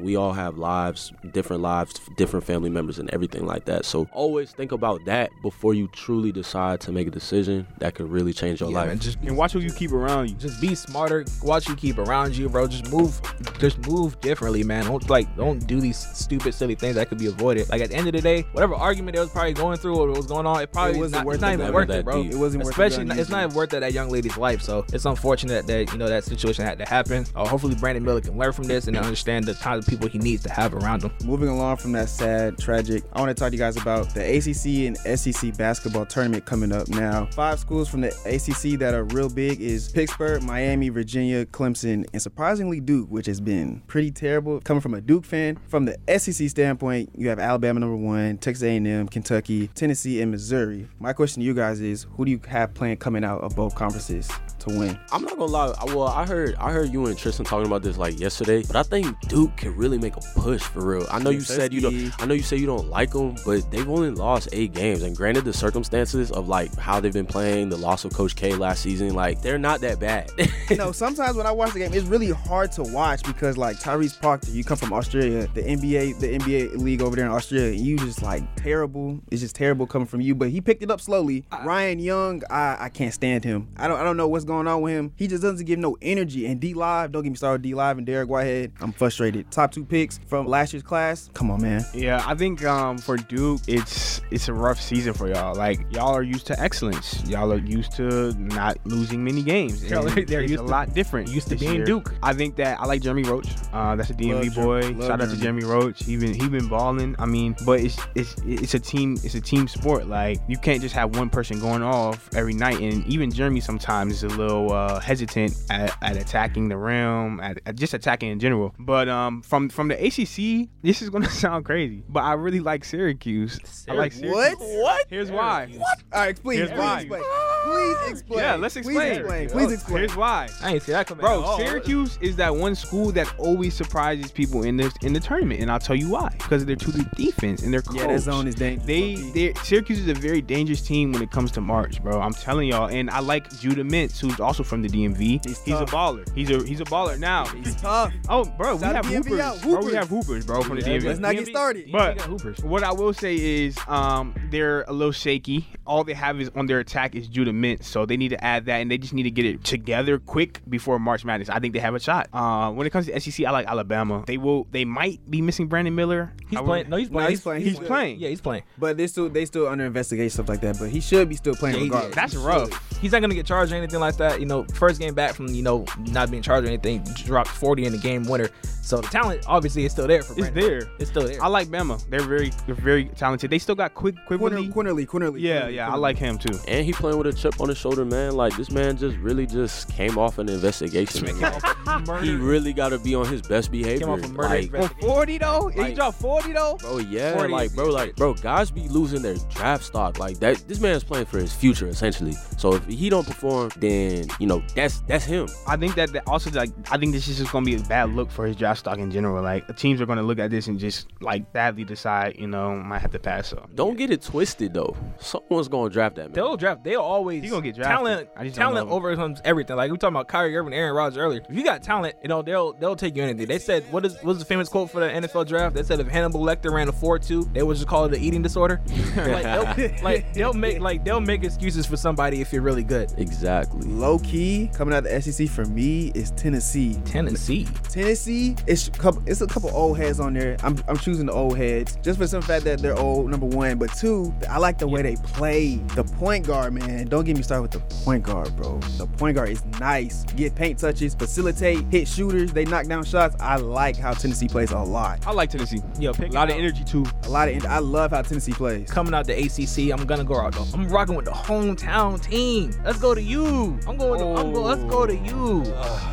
we all have lives, different lives, different family members, and everything like that. So always think about that before you truly decide to make a decision that could really change your
Yeah,
life.
man, just
And watch who you keep around you.
just be smarter watch you keep around you bro just move just move differently man don't like don't do these stupid silly things that could be avoided like at the end of the day whatever argument they was probably going through or what was going on it probably
It
was
wasn't
not,
worth
it's not
it,
even
man.
worth
That
it bro
deep.
It wasn't worth the
especially
gun
not, it's not
usage.
even worth it, that young lady's life so it's unfortunate that you know that situation had to happen uh, hopefully brandon miller can learn from this and understand the kind of people he needs to have around him
Moving along from that sad, tragic, I want to talk to you guys about the ACC and SEC basketball tournament coming up now. Five schools from the ACC that are real big is Pittsburgh, Miami, Virginia, Clemson, and surprisingly Duke, which has been pretty terrible. Coming from a Duke fan, from the SEC standpoint, you have Alabama number one, Texas A&M, Kentucky, Tennessee, and Missouri. My question to you guys is, who do you have playing coming out of both conferences to win?
I'm not gonna lie. I- Well, I heard I heard you and Tristan talking about this like yesterday, but I think Duke can really make a push for real. I know you said you
Thirsty.
don't. I know you say you don't like them, but they've only lost eight games, and granted the circumstances of like how they've been playing, the loss of Coach K last season, like they're not that bad.
you know, sometimes when I watch the game, it's really hard to watch because like Tyrese Proctor, you come from Australia, the NBA, the NBA league over there in Australia, and you just like terrible. It's just terrible coming from you. But he picked it up slowly. Ryan Young, I, I can't stand him. I don't I don't know what's going on with him. He just doesn't give no energy. And D Live, don't get me started. D Live and Derek Whitehead, I'm frustrated. Top two picks from last year's class. Come on, man.
Yeah, I think um, for Duke, it's it's a rough season for y'all. Like y'all are used to excellence. Y'all are used to not losing many games.
Y'all are-
And
they're
it's
used
a
to-
lot different.
used to
this
being
year.
Duke.
I think that I like Jeremy Roach. Uh, that's a DMV
Love Jer-
boy.
love
Shout out to
Jeremy.
Jeremy Roach. He been he been balling. I mean, but it's it's it's a team it's a team sport. Like you can't just have one person going off every night. And even Jeremy sometimes is a little uh, hesitant at, at attacking the rim, at, at just attacking in general. But um, from from the ACC, this is gonna sound crazy, but I really like Syracuse. I like Syracuse.
What?
What?
Here's why. What?
All right, please,
Here's
please
why.
explain. Please explain.
Yeah, let's explain.
Please explain. Please explain.
Here's why.
I ain't see that coming. at
Bro,
all.
Syracuse is that one school that always surprises people in this in the tournament, and I'll tell you why. Because of their two deep defense and their coach.
yeah, that zone is dangerous.
They, they Syracuse is a very dangerous team when it comes to March, bro. I'm telling y'all, and I like Judah Mintz, who's also from the DMV.
He's
a
tough.
baller. He's a he's a baller now.
It's tough.
Oh, bro, we
Shout
have
out DMV
hoopers.
out,
Bro,
hoopers.
we have hoopers, bro, from the
Yeah, E
DMV.
Let's not get
DMV
started.
But-
got Hoopers.
What I will say is um, they're a little shaky. All they have is on their attack is Judah Mint, so they need to add that, and they just need to get it together quick before March Madness. I think they have a shot. Uh, when it comes to SEC, I like Alabama. They will. They might be missing Brandon Miller.
He's
I would-
playing. No, he's
No,
playing.
he's playing.
He's playing.
Yeah, he's playing.
But they still they still under investigation stuff like that. But he should be still playing
Yeah, he-
regardless.
That's rough.
He's not gonna get charged or anything like that. You know, first game back from you know not being charged or anything, dropped 40 in the game winner. So the talent obviously is still there for.
It's
Brandon.
there.
It's still there.
I like Bama. They're very, they're very talented. They still got quick, quick.
Quinterly, Quinterly, Quinterly.
Yeah,
Quinterly,
yeah. I
Quinterly.
like him too.
And he playing with a chip on his shoulder, man. Like this man just really just came off an investigation. man. he really got to be on his best behavior.
off a murder
like,
investigation.
Forty though.
Like-
he dropped forty though.
bro, yeah,
40
like
is-
bro, like bro, guys be losing their draft stock. Like that, this man's playing for his future essentially. So if he don't perform, then you know that's that's him.
I think that, that also like I think this is just gonna be a bad look for his draft stock in general. Like the teams are gonna look at this and just like badly decide, you know, might have to pass up.
Don't get it twisted though. Someone's gonna draft that man.
They'll draft. They'll always.
He gonna get drafted.
Talent.
I just don't
talent
know.
overcomes everything. Like we talking about Kyrie Irving, Aaron Rodgers earlier. If you got talent, you know they'll they'll take you anything. They said what is what's the famous quote for the NFL draft? They said if Hannibal Lecter ran a four two, they would just call it an eating disorder. like, they'll, like they'll make like they'll make excuses for somebody if you're really good.
exactly.
Low key coming out the SEC for me is Tennessee.
Tennessee.
Tennessee, it's a couple, it's a couple old heads on there. I'm, I'm choosing the old heads just for some fact that they're old. Number one, but two, I like the way they play. The point guard, man. Don't get me started with the point guard, bro. The point guard is nice. Get paint touches, facilitate, hit shooters. They knock down shots. I like how Tennessee plays a lot.
I like Tennessee.
Yo,
A
pick
lot
it
of
up.
energy too.
A lot of. I love how Tennessee plays.
Coming out the ACC, I'm gonna go out though. I'm rocking with the hometown team. Let's go to you. I'm going. To, I'm go, Let's go to you.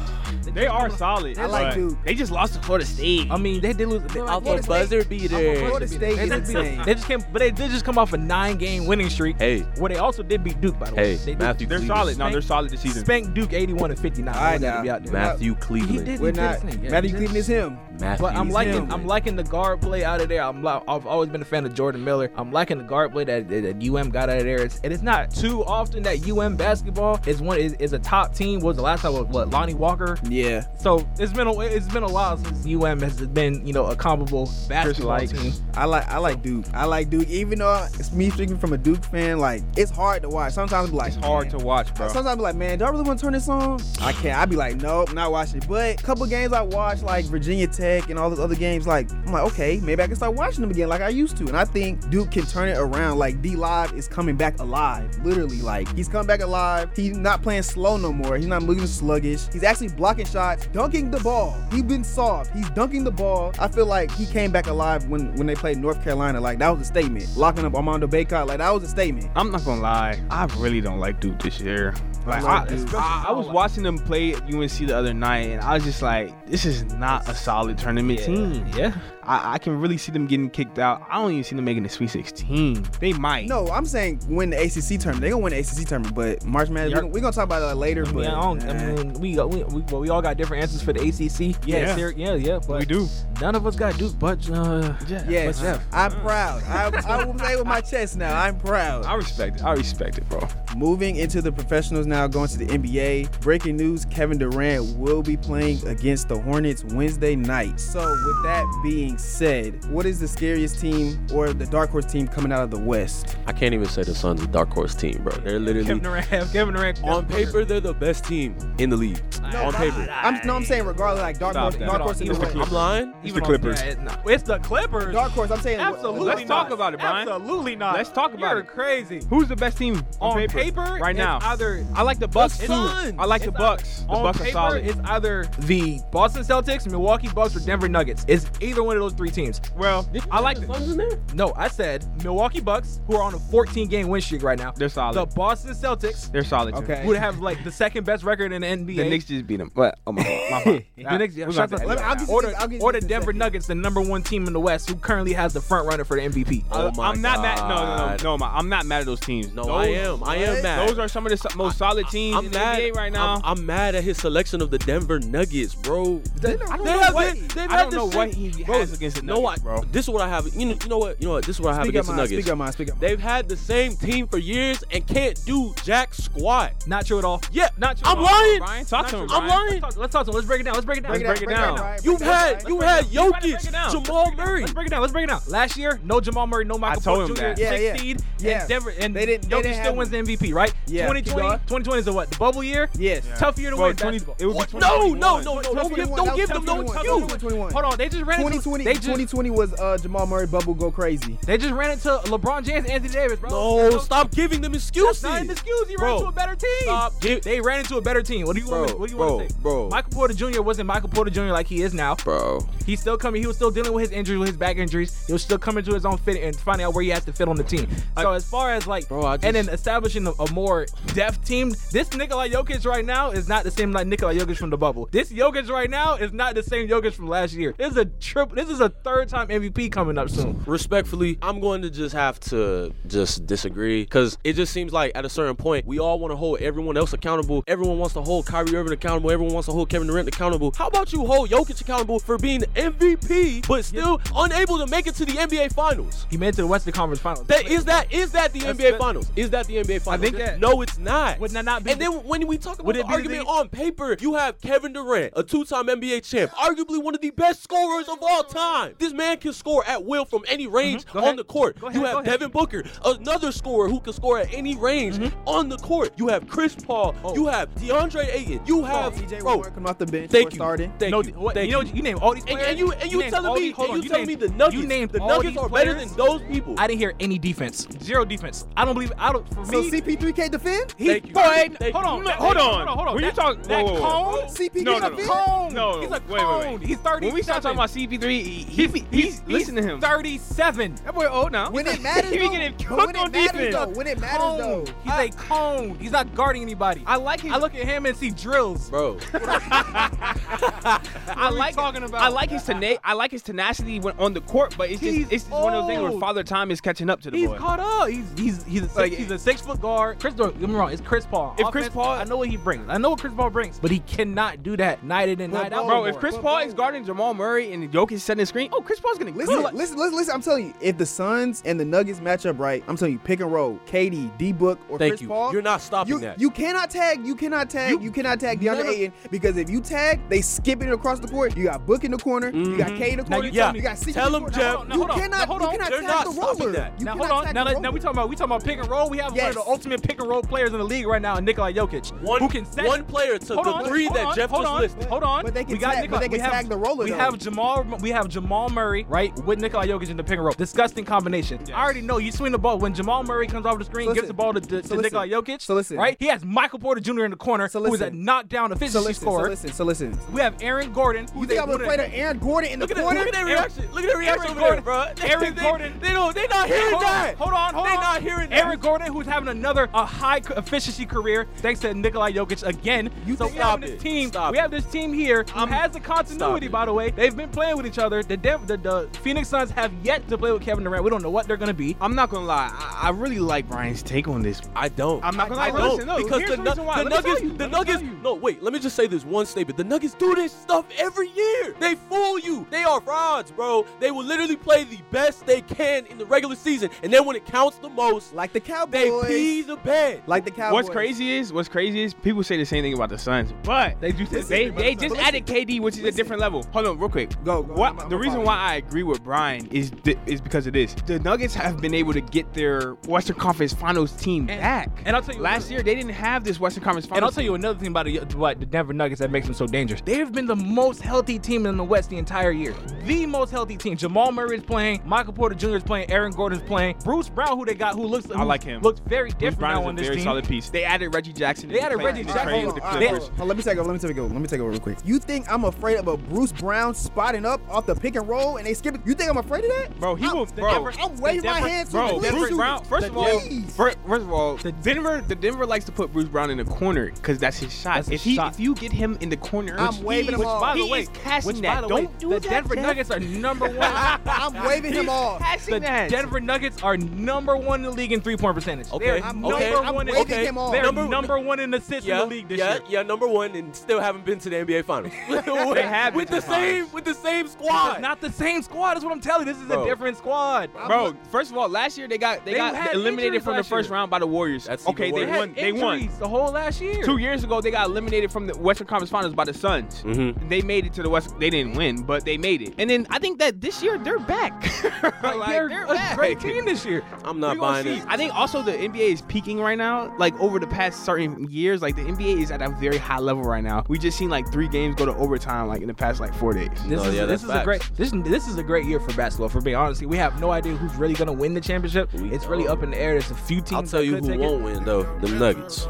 They are solid.
I like
but
Duke.
They just lost to Florida State.
I mean, they did lose. They,
Off
Florida
a
State-
buzzer beater.
Florida State
They
is
just,
insane.
they just came, but they did just come off a nine-game winning streak.
Hey.
where they also did beat Duke, by the
Hey,
way. They
Matthew,
they're
Cleveland.
solid. No, they're solid this
Duke,
season.
spanked Duke eighty-one and fifty-nine.
All
I
right,
want that to
now.
be out there.
Matt-
Matthew
He
Cleveland.
did.
We're
He
not.
his thing, yeah.
Matthew
He did
Cleveland
his-
is him.
Matthew
But I'm
is
liking,
him.
I'm liking the guard play out of there. I'm, li- I've always been a fan of Jordan Miller. I'm liking the guard play that, that, that UM got out of there. It's, and it's not too often that UM basketball is one is, is a top team. Was the last time was what Lonnie Walker.
Yeah.
So it's been a, it's been a while since UM has been you know a comparable basketball
Likes.
team.
I like I like Duke. I like Duke. Even though it's me speaking from a Duke fan, like it's hard to watch. Sometimes I'm like
it's hard
man.
to watch, bro.
Sometimes I be like, man, do I really want to turn this on? I can't. I be like, nope, not watching it. But a couple games I watched, like Virginia Tech and all those other games, like I'm like, okay, maybe I can start watching them again, like I used to. And I think Duke can turn it around. Like D Live is coming back alive, literally. Like he's coming back alive. He's not playing slow no more. He's not moving sluggish. He's actually blocking shots, dunking the ball. He's been soft. He's dunking the ball. I feel like he came back alive when when they played North Carolina. Like that was a statement. Locking up Armando Baycott, like that was a statement.
I'm not gonna lie, I really don't like Duke this year. Like
love
I,
Duke.
I, I was watching them play at UNC the other night, and I was just like, this is not a solid tournament team.
Yeah.
I, I can really see them getting kicked out. I don't even see them making the Sweet 16. They might.
No, I'm saying win the ACC tournament. They gonna win the ACC tournament, but March Madness.
Y'all-
We're gonna talk about that later.
I
But
mean, I don't, I mean we, got- we, we, well, we all got different answers for the ACC.
Yeah.
Syr- yeah, yeah. But
we do.
None of us got Duke, but uh,
yes,
But Jeff,
I'm proud. I, I will say with my chest now. I'm proud.
I respect it. I respect it, bro.
Moving into the professionals now going to the NBA. Breaking news Kevin Durant will be playing against the Hornets Wednesday night. So, with that being said, what is the scariest team or the Dark Horse team coming out of the West?
I can't even say the Suns a dark horse team, bro. They're literally
Kevin Durant. Kevin Durant.
on paper they're the best team in the league. on paper,
I'm, no, I'm saying regardless, like Dark
Stop
Horse,
that.
Dark Horse in the
It's the
West.
I'm lying.
Even
the
on-
Clippers.
yeah, no. It's the Clippers.
Dark Horse, I'm saying
Absolutely.
Let's
not.
talk about it, Brian.
Absolutely not.
Let's talk about
You're
it.
crazy.
Who's the best team on,
On paper,
right
it's
now?
either-
I like the Bucks
It's
too.
Suns.
I like the
It's
Bucks. The
on
Bucks
paper,
are solid.
It's either the Boston Celtics, Milwaukee Bucks, or Denver Nuggets. It's either one of those three teams.
well, I like the
Suns in there.
No, I said Milwaukee Bucks, who are on a 14 game win streak right now.
They're solid.
The Boston Celtics
They're solid. too.
Okay.
would have like the second best record in the NBA.
The Knicks just beat them. But oh my, my fault.
The Knicks, yeah,
We're
shout
gonna have
out-
to
I'll get
edit
you
or
this- I'll get
the,
you
or the
this in a
Denver
second.
Nuggets, the number one team in the West, who currently has the front runner for the MVP.
that out.
Oh my
I'm not mad. No, no, no,
God.
no. my- I'm not mad at those teams.
No,
those,
I am. I am mad.
Those are some of the so- most solid teams
I'm
in the
mad
NBA right now.
I'm, I'm mad at his selection of the Denver Nuggets, bro.
They-
don't
I don't
know
know
what-
what-
I
they've
I
had
don't know
this
what
shit-
he
bro,
has against the
no,
Nuggets,
I,
bro.
This is what I have. You know, you know what? You know what? This is what I have
Speak up
against
mine,
the Nuggets.
speak up mine, speak up mine.
They've had the same team for years and can't do jack squat.
Not true at all.
Yeah,
not true.
I'm
at all.
lying.
Brian,
Talk
not
to him,
true.
Brian.
Let's talk, let's talk to him. Let's break it down. Let's break it down.
Break it
Let's break it
down,
down.
Brian, break
You've
it down,
had
Brian.
you had
Let's break it
Jokic,
down.
Jamal Murray.
Let's break it down. Let's break it down. Last year, no Jamal Murray, no Michael
I told
Porter
him that.
Jr.
Yeah,
sixth
yeah.
seed,
Yeah.
And Denver, and
They didn't- they
Jokic
didn't
still
have
wins the
him.
MVP, right?
Yeah, keep
2020,
going.
2020 is a what? The bubble year.
Yes.
Tough year to
Bro,
win.
20
basketball.
it would be
What?
2021.
No, no, no,
That
no.
was
Don't give,
21.
don't
That
give
was
them no
21. That was
excuse.
21.
Hold on, they just ran into
2020,
they just
2020 was uh, Jamal Murray bubble go crazy.
they just ran into LeBron James, Anthony Davis, bro.
No,
That's
stop giving them
That's
excuses.
not an excuse. You ran
Bro,
into a better team.
stop gi-
they ran into a better team. What do you want?
Bro,
What do you
bro,
want to say?
bro.
Michael Porter Jr. wasn't Michael Porter Jr. like he is now.
bro.
He's still coming. He was still dealing with his injuries, with his back injuries. He was still coming to his own fit and finding out where he has to fit on the team. So as far as like,
Bro, I just-
and then establishing a, a more depth team. This Nikola Jokic right now is not the same like Nikola Jokic from the bubble. This Jokic right now is not the same Jokic from last year. This is a trip. This is a third time MVP coming up soon.
respectfully, I'm going to just have to just disagree because it just seems like at a certain point we all want to hold everyone else accountable. Everyone wants to hold Kyrie Irving accountable. Everyone wants to hold Kevin Durant accountable. How about you hold Jokic accountable for being MVP but still unable to make it to the NBA Finals?
He made it to the Western Conference Finals.
That is that is that the
That's-
NBA
that-
Finals? Is that the NBA Finals?
think that-
no, it's not.
Would that not be
And
the-
then when we talk about
Would
the
it be the
argument
thing-
on paper, you have Kevin Durant, a two-time NBA champ, arguably one of the best scorers of all time. This man can score at will from any range
Mm-hmm. Go
on
ahead.
the court.
Go ahead,
you
go
have
ahead.
Devin Booker, another scorer who can score at any range
Mm-hmm.
on the court. You have Chris Paul.
Oh.
You have DeAndre Ayton. You have
EJ
bro.
Warren coming off the bench
Thank
before
you.
starting.
Thank
no,
you.
what,
Thank
you know, you name all these
And,
players.
and you and you
named
telling
all
me
these- hold
and
on,
you telling me the
named-
Nuggets
You named
the
all
Nuggets
these
are better
players.
than those people.
I didn't hear any defense. Zero defense. I don't believe. I don't. For
So
me,
CP3 can't defend?
He
Thank you.
throwing-
Thank
hold
you.
on,
No,
that-
hold on.
hold on, hold on.
When you
That-
talk-
that
whoa, whoa, whoa.
cone,
CP3
No,
can't
no, no.
defend?
cone.
No,
he's a
wait, wait,
cone.
wait.
He's thirty.
When we start talking about CP3, he, he, he, he's, listen to him.
Thirty-seven.
That boy old now.
When it matters,
he be
though,
getting
but
cooked
when
on
it matters,
defense.
though, when it matters, though,
Cone. He's a cone. He's not guarding anybody. I,
I like his.
I look at him and see drills.
bro.
I like talking about. I like his tena- I like his tenacity when on the court, but it's just
He's
it's just one of those things where
old.
father time is catching up to the
He's
boy.
caught up. He's he's he's a six,
Like,
he's a six foot guard. Chris, don't get me wrong. It's Chris Paul.
If Chris Paul-
I know what he brings. I know what Chris Paul brings, but he cannot do that night in and
Bro,
night out.
Bro,
no
if
more.
Chris
But
Paul
bro-
is guarding Jamal Murray and Jokic setting the screen, oh, Chris Paul's gonna
Listen,
you like-
listen, listen, listen. I'm telling you, if the Suns and the Nuggets match up right, I'm telling you, pick and roll, KD, D Book, or
Thank
Chris
you.
Paul.
You're not stopping
you,
that.
You cannot tag. You cannot tag. You,
You
cannot tag DeAndre
never-
Ayton because if you tag, they skip it across the court. You got Book in the corner. You got K in the
Now
corner.
you tell me-
got CP
tell
in the
him,
corner.
Jeff.
Now,
You
hold on,
cannot.
now, hold on.
You cannot
They're
tag
not
the
stopping
roller.
that.
You
now
cannot
hold on.
tag
Now,
the
let- now we
roller.
talking about we talking about pick and roll. We have one
Yes.
of the ultimate pick and roll players in the league right now, Nikolai Jokic,
One,
who can set
one player took
Hold
the
on,
three
hold
that
on,
Jeff
hold
just
on,
listed.
Hold on,
But they can
we got
tag-
Nikola-
but they can
we have-
tag the roller,
We
though.
have Jamal. We have Jamal Murray right with Nikola Jokic in the pick and roll. Disgusting combination. I already know you swing the ball when Jamal Murray comes off the screen,
So
gives
listen.
the ball to, to,
So
to
listen.
Nikola Jokic.
So listen.
right? He has Michael Porter Jr. in the corner,
So
who is a
listen.
knockdown
So
efficiency
listen. So
scorer.
listen. So listen.
We have Aaron Gordon,
You
who's
think
a
I'm gonna play to Aaron Gordon in the
Look at, that,
corner?
look at that
Aaron-
reaction. Look at the reaction
Aaron
over there,
Gordon.
bro. They-
Aaron
they,
Gordon.
They don't. They not hearing
Hold on,
that.
hold on, hold
they
on.
not hearing that.
Aaron Gordon, who's having another a high c- efficiency career, thanks to Nikolai Jokic again.
You
so
think-
we have
Stop
this
it.
team.
Stop
we
it.
have this team here who has the continuity.
Stop it.
By the way, they've been playing with each other. The, Dev, the the Phoenix Suns have yet to play with Kevin Durant. We don't know what they're gonna be.
I'm not gonna lie, I, I really like Brian's take on this.
I don't.
I'm not gonna
I
lie.
don't
Listen, no,
because
here's
the,
the
Nu-
reason why.
the
Let me tell
Nuggets,
you. Let
the
me tell
Nuggets.
you.
No, wait. Let me just say this one statement. The Nuggets do this stuff every year. They fool you. They are frauds, bro. They will literally play the best they can in the regular season, and then when it counts the most,
Like the
they
Cowboys.
pee the bed.
like the Cowboys.
What's crazy is what's crazy is people say the same thing about the Suns, but they do
Listen,
they,
but
they
listen,
just
but
added KD, which is a different level. Hold on, real quick.
Go, go,
What
I'm- I'm
the
a
reason
follow.
why I agree with Brian is th- is because of this. The Nuggets have been able to get their Western Conference Finals team back.
and I'll tell you-
last year they didn't have this Western Conference Finals.
And I'll tell
team.
you another thing about the, about the Denver Nuggets that makes them so dangerous. They have been the most healthy team in the West the entire year. The most healthy team. Jamal Murray is playing. Michael Porter Jr. is playing. Aaron Gordon is playing. Bruce Brown, who they got, who looks
I like him.
looks very
Bruce
different
Brown
now
is a
on this
very
team.
solid piece. They added Reggie Jackson.
They added
They
Reggie
played
Jackson.
trade
Hold
with
on,
the
all right,
Clippers.
hold on. Let me take over. Let me take over. Let me take over real quick. You think I'm afraid of a Bruce Brown spotting up off the pick and roll and they skip it? You think I'm afraid of that?
Bro, he
I'm,
will. Bro,
I'm- I'm waving
the Denver-
my hands. to
Bro,
the Bruce
Denver
Brown.
Brown. First of all,
Please.
first, first of all, the Denver, the Denver likes to put Bruce Brown in the corner because that's his shot.
That's
if
his
he,
shot.
if you get him in the corner,
I'm waving him
Which,
off.
by
He
the way,
is cashing
which,
that.
By the
Don't
way,
do
the
that,
Denver
Jeff.
Nuggets are number one.
I'm waving him off.
the
that.
Denver Nuggets are number one in the league in three point percentage.
Okay,
They're
I'm
number
okay,
I'm
one. in,
waving him off.
They're number,
Number-
one in assists
yeah,
in the league this
yeah,
year.
yeah, number one, and still haven't been to the NBA Finals. they
have been
with
to
the
the finals.
same with the same
This
squad.
is not the same squad. Is what I'm telling you. This is
Bro.
a different squad.
Bro, first of all, last year they got they,
They
got
had
eliminated
injuries
from the
last
first
year.
round by the Warriors.
That's even
okay,
worse.
they
They
won.
had
They won.
injuries the whole last year.
Two years ago, they got eliminated from the Western Conference Finals by the Suns.
Mhm.
They made it to the West. They didn't win, but they made it. And then I think that this year they're back.
Like,
Like,
they're, a
back.
great team this year.
I'm
We
not
gonna
buying
see.
it.
I think also the NBA is peaking right now. Like over the past certain years, like the NBA is at a very high level right now. We just seen like three games go to overtime like in the past like four days.
This
No,
is
yeah,
this
that's
is a great this this is a great year for basketball. For being honest, we have no idea who's really gonna win the championship.
We
it's really
don't.
up in the air. There's a few teams.
I'll tell
that
you
could
who
take
won't win though. The Nuggets.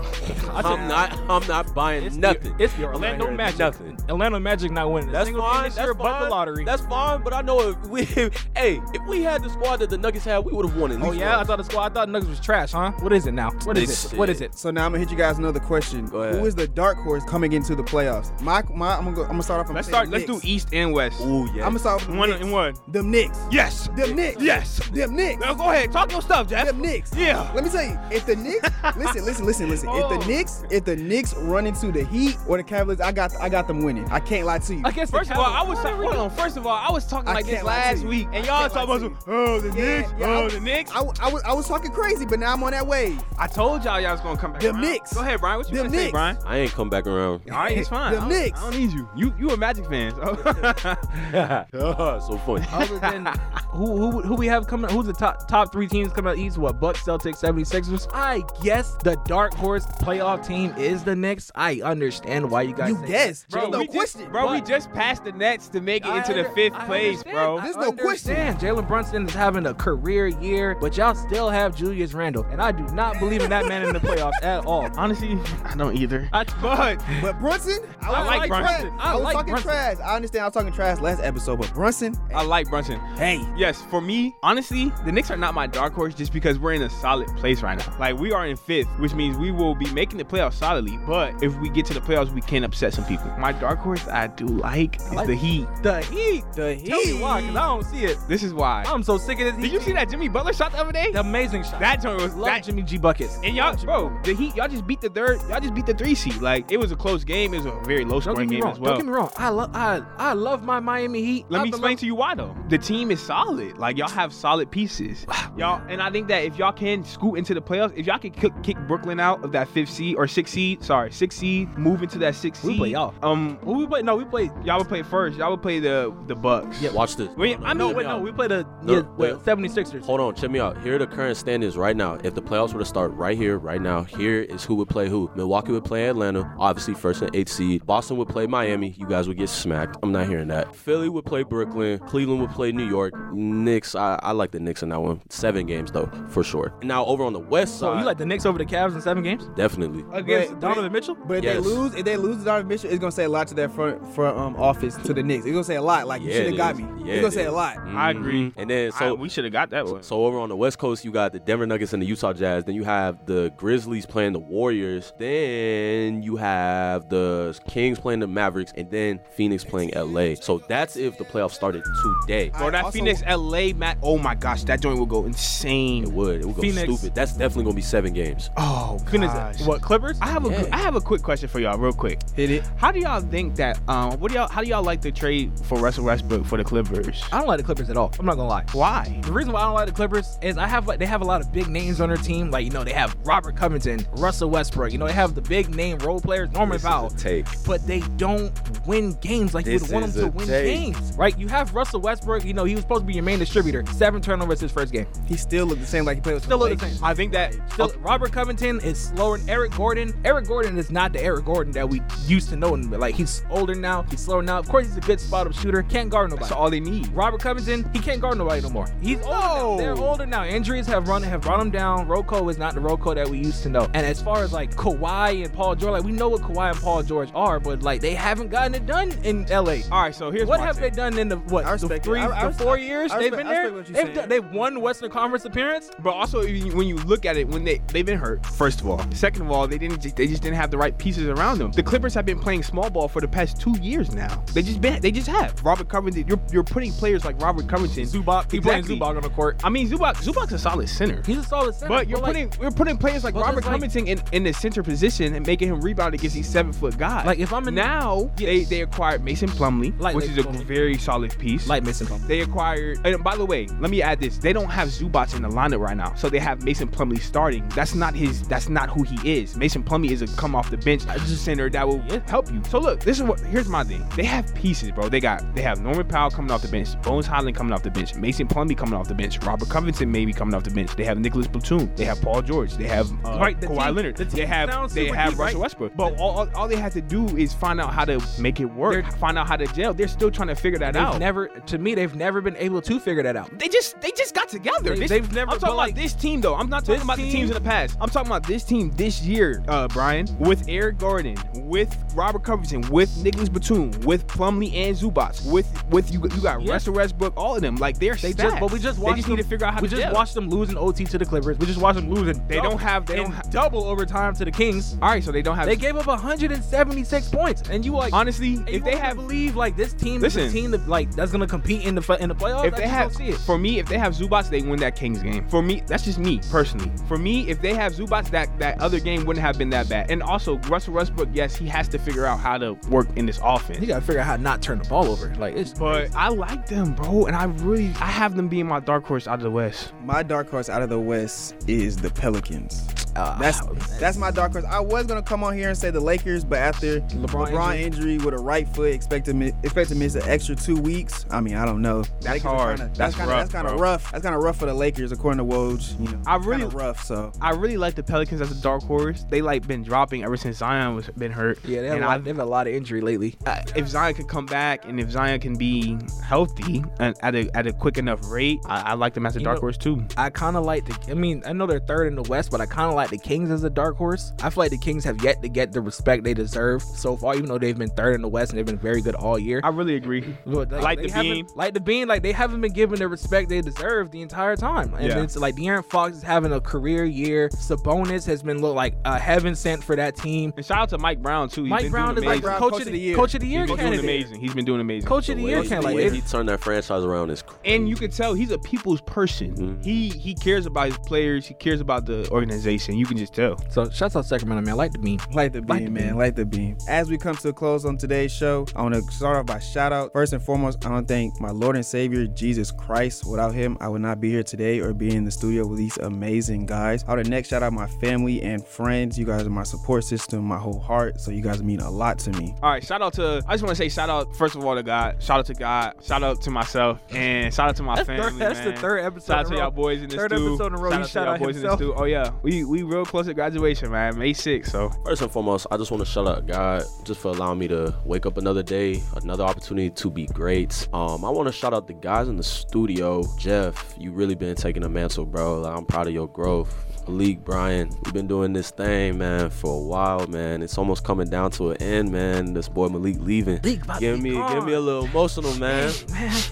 I'm not. I'm not buying
It. It's
nothing.
The, it's the
I'm not
Orlando
hearing
Magic.
Nothing.
Orlando Magic not winning. a
That's
single
fine.
Game this
that's
year,
fine.
but the lottery.
That's fine. But I know if we, hey, if we had the squad that the Nuggets had, we would have won at
oh
least.
yeah, I
once.
thought the squad. I thought Nuggets was trash, huh? What is it now? What is
This
it? What is
shit.
it?
So now I'm gonna hit you guys another question.
Go ahead.
Who is the dark horse coming into the playoffs? My, my I'm gonna go, I'm gonna start off. I'm
Let's
gonna
start.
say
Let's
the
do
Knicks.
East and West.
Ooh yeah.
I'm gonna start with the
One
Knicks.
and one.
Them Knicks.
Yes.
Them Knicks.
Yes.
Them Knicks.
Now go ahead. Talk your stuff, Jeff.
Them Knicks.
Yeah.
Let me tell you, if the Knicks listen, listen, listen, listen. If
Oh.
the Knicks, if the Knicks run into the Heat or the Cavaliers, I got I got them winning. I can't lie to you.
I guess the
First of all, I
Cavs-
was hold on. First of all, I was talking
I
like this
can't lie to
last
you.
week, and
I
y'all
can't
talking
lie
about
to
some, oh the
Yeah,
Knicks,
yeah, I
oh
was-
the Knicks.
I, I was I was talking crazy, but now I'm on that wave.
I told y'all y'all was gonna come back.
Them
around.
Knicks.
Go ahead, Brian. What you
Them
gonna say,
Knicks.
Brian?
I ain't come back around.
All right, it's fine.
Them
I don't-
Knicks.
I don't need you. You you a Magic fan. So.
so funny.
other than who, who who we have coming who's the top top three teams coming out east what bucks celtics 76ers i guess the dark horse playoff team is the Knicks. i understand why you guys
You
say
guessed.
Bro,
There's no
we
question.
Just, bro, we
But-
just passed the Nets to make
that.
it into
I
the
under-
fifth
I
place,
understand.
bro.
I
There's no question.
understand. Jalen Brunson is having a career year, but y'all still have Julius Randle, and I do not believe in that man in the playoffs at all.
Honestly, I don't either.
I-
but
But Brunson, I was
I like
talking
Brunson.
trash.
I
I, was
like
talking
Brunson.
trash. I understand I was talking trash last episode, but Brunson,
I like Brunson.
hey,
Yes, for me, honestly, the Knicks are not my dark horse just because we're in a solid place right now. Like we are in fifth, which means we will be making the playoffs solidly. But if we get to the playoffs, we can upset some people. My dark horse I do like is
like-
the Heat.
The Heat.
the Heat.
Tell me why, because I don't see it.
This is why.
I'm so sick of this.
Did
Oh, Heat
you see
team.
that Jimmy Butler shot the other day?
Amazing shot.
That joint was
Love
that,
Jimmy G buckets.
And y'all,
Love Jimmy
bro,
Buckets.
the Heat, y'all just beat the third, y'all just beat the three seed. Like it was a close game. It was a very low
Don't
scoring
get me
game
wrong.
as well.
Don't get me wrong. I love I I love my Miami Heat.
Let
I
me
belo-
explain to you why though. The team is solid. Like y'all have solid pieces. Y'all and I think that if y'all can scoot into the playoffs, if y'all can kick, kick Brooklyn out of that fifth seed or sixth seed, sorry, sixth seed, move into that sixth
We
seed.
play y'all.
Um,
Who we play? No, we play.
y'all would play first. Y'all would play the the Bucks.
Yeah.
Watch this.
Wait, I mean,
No, wait, no, we play the
No,
yeah, wait,
the-
76ers.
Hold on, check me out. Here are the current standings right now. If the playoffs were to start right here, right now, here is who would play who. Milwaukee would play Atlanta, obviously first and eighth seed. Boston would play Miami. You guys would get smacked. I'm not hearing that. Philly would play Brooklyn. Cleveland would play New York. Knicks. I, I like the Knicks in that one. Seven games though, for sure. Now over on the West
So
side,
you like the Knicks over the Cavs in seven games
definitely.
against
But-
Donovan Mitchell?
But if
Yes.
they lose, if they lose to Donovan Mitchell, it's gonna say a lot to that front front um office to the Knicks. It's gonna say a lot. Like you
Yeah,
should
it
have got
is.
me.
Yeah,
it's gonna
it
say
is. Mm. Mm-hmm.
a lot.
I agree.
And then
I-
so
we should have got that one.
So over on the West Coast, you got the Denver Nuggets and the Utah Jazz. Then you have the Grizzlies playing the Warriors. Then you have the Kings playing the Mavericks, and then Phoenix playing LA. So that's if the playoffs started today.
Bro, that
I also-
Phoenix LA match. Oh my gosh, that joint will go
It
insane.
would. It would go
Phoenix.
stupid. That's definitely gonna be seven games.
Oh
Goodness,
gosh.
what Clippers?
I have a
Yeah.
I have a quick question for y'all, real quick.
Hit it.
How do y'all think think that um, what do y'all? How do y'all like the trade for Russell Westbrook for the Clippers?
I don't like the Clippers at all. I'm not gonna lie.
Why?
The reason why I don't like the Clippers is I have like they have a lot of big names on their team. Like you know they have Robert Covington, Russell Westbrook. You know they have the big name role players, Norman
This is
Powell.
a take.
But they don't win games like you
This
would want
is
them
a
to win
take.
games, right? You have Russell Westbrook. You know he was supposed to be your main distributor. Seven turnovers his first game.
He still looked the same like he played with Oh.
Still
the
look the
Lakers.
same.
I think that
Still, Robert Covington is slower than Eric Gordon. Eric Gordon is not the Eric Gordon that we used to know him. But like he's older now, he's slower now. Of course, he's a good spot up shooter. Can't guard nobody.
that's all they need.
Robert Covington, he can't guard nobody no more. He's older. Now.
No.
They're older now. Injuries have run have brought him down. Roko is not the Roko that we used to know. And as far as like Kawhi and Paul George, like we know what Kawhi and Paul George are, but like they haven't gotten it done in LA.
All right, so here's
What
my
have
take.
they done in the what
I
the
respect it.
three
I- I
the
res-
four
I-
years
I
they've
respect-
been
I
there?
respect what you're
They've,
saying.
done- they've won Western Conference appearance.
But also, if you- when you look at it, when they they've been hurt, first of all. Second of all, they didn't just, they just didn't have the right pieces around them. The Clippers have been playing small ball for the past two years now. They just been they just have Robert Covington. You're you're putting players like Robert Covington,
Zubac, he playing
Exactly.
Zubac on the court.
I mean, Zubac Zubac's a solid center.
He's a solid center,
But you're
like,
putting we're putting players like
but
Robert
it's like-
Covington in, in the center position and making him rebound against these seven foot guys.
Like, if I'm in-
now,
Yeah.
they they acquired Mason Plumley,
Like
which is
Mason
a
Plumlee.
very solid piece.
light missing him.
They acquired, and by the way, let me add this: they don't have Zubats in the lineup right now, so they have Mason Plumlee starting. That's not his. That's not who he is. Mason Plumlee is a come off the bench center that will help you. So look, this is what. Here's my thing: they have pieces, bro. They got they have Norman Powell coming off the bench, Bones Highland coming off the bench, Mason Plumlee coming off the bench, Robert Covington maybe coming off the bench. They have Nicholas Platoon. They have Paul George. They have uh,
Right, the
Kawhi
team-
Leonard.
the
they
team
have
sounds
they
super
have
deep,
Russell
right?
Westbrook. But all, all, all they have to do is find out how to make it work.
They're-
find out how to gel. They're still trying to figure that
They've
out.
never, to me, they've never been able to figure that out.
They just they just got together.
They-
This-
they've never-
I'm
but
talking about
like-
this team though. I'm not
This
talking about the
team-
teams in the past. I'm talking about this team this year, uh, Brian, with Eric Gordon, with Robert Covington, with Nicholas Batum, with Plumlee and Zubats, with with you you got
Yeah.
Russell Westbrook, all of them. Like they're
They
stacked.
just, but we just
they
watched
just
them,
need to figure out how
we
to
just
gel.
watched them lose in OT to the Clippers. We just watched them lose in
They
double-
don't have- they
in
don't ha-
double overtime to the Kings.
all right, so they don't have.
They gave up 176 points, and you like
honestly,
and you
if they
wanna
have
believe like this team is
Listen.
a team that like that's gonna compete in the fi- in the playoffs.
if
I
they
just
have
don't see it.
for me, if they have Zubats, they win that Kings game. For me, that's just me personally. For me, if they have Zubats, that that other game wouldn't have been that bad. And also Russell Westbrook, yes, he has to figure out how to work in this
you
offense.
gotta figure out how to not turn the ball over. Like it's
But I like them, bro, and I really I have them being my dark horse out of the West.
My dark horse out of the West is the Pelicans.
uh,
That's that's my dark horse. I was gonna come on here and say the Lakers, but after LeBron,
LeBron
injury. with a right foot, expected mi- expect to miss an extra two weeks. I mean, I don't know. Lakers are
hard.
Kinda,
That's
kinda,
rough,
That's kind of
bro.
rough. That's kind of rough for the Lakers, according to Woj. You know,
I really-
kinda rough. So
I really like the Pelicans as a dark horse. They like been dropping ever since Zion was been hurt.
yeah, they have,
and
a
I
lot, they have a lot of injury lately.
uh, if Zion could come back and if Zion can be healthy and at a at a quick enough rate, I, I like them as a
You
dark
know-
horse too.
I kind of like the. I mean, I know they're third in the West, but I kind of like the Kings as a dark horse. I feel like the Kings have yet to get the respect they deserve so far, even though they've been third in the West and they've been very good all year.
I really agree.
But,
Like
they
the
haven't-
beam.
like the beam, like they haven't been given the respect they deserve the entire time. And
Yeah.
it's like De'Aaron Fox is having a career year. Sabonis has been look like a heaven sent for that team.
And shout out to Mike Brown too. He's
Mike
been
Brown is
doing
like
amazing.
Brown,
coach, of the year, coach of the year
He's been doing
candidate,
amazing. He's been doing amazing.
coach of
The
the
way,
year
the
candidate.
way
Like,
he turned that franchise around is crazy.
and you could tell he's Mm-hmm. a people's person.
Mhm.
He he cares about his players. He cares about the organization. You can just tell.
So shouts out Sacramento man, I like the beam.
Light the beam,
Light the
man.
beam.
Light the beam. As we come to a close on today's show, I want to start off by shout out. First and foremost, I want to thank my Lord and Savior, Jesus Christ. Without him, I would not be here today or be in the studio with these amazing guys. I want to next shout out my family and friends. You guys are my support system, my whole heart. So you guys mean a lot to me.
All right, shout out to. I just want to say shout out first of all to God. Shout out to God. Shout out to myself and shout out to my
That's,
family.
third, that's the
man.
third episode.
Shout out
in
to
a row.
y'all boys in the
Third
stew.
episode in a row, he
Shout out to
shout
y'all
out
boys
himself.
in the stew. Oh yeah, we we real close to graduation, man. May 6th, so
First and foremost, I just want to shout out God just for allowing me to wake up another day, another opportunity to be great. Um, I want to shout out the guys in the studio. Jeff, you really been taking the mantle, bro. Like, I'm proud of your growth. League Brian, we've been doing this thing, man, for a while, man. It's almost coming down to an end, man. This boy Malik leaving.
Malik about to
give
be
me, give
gone.
me a little emotional, man.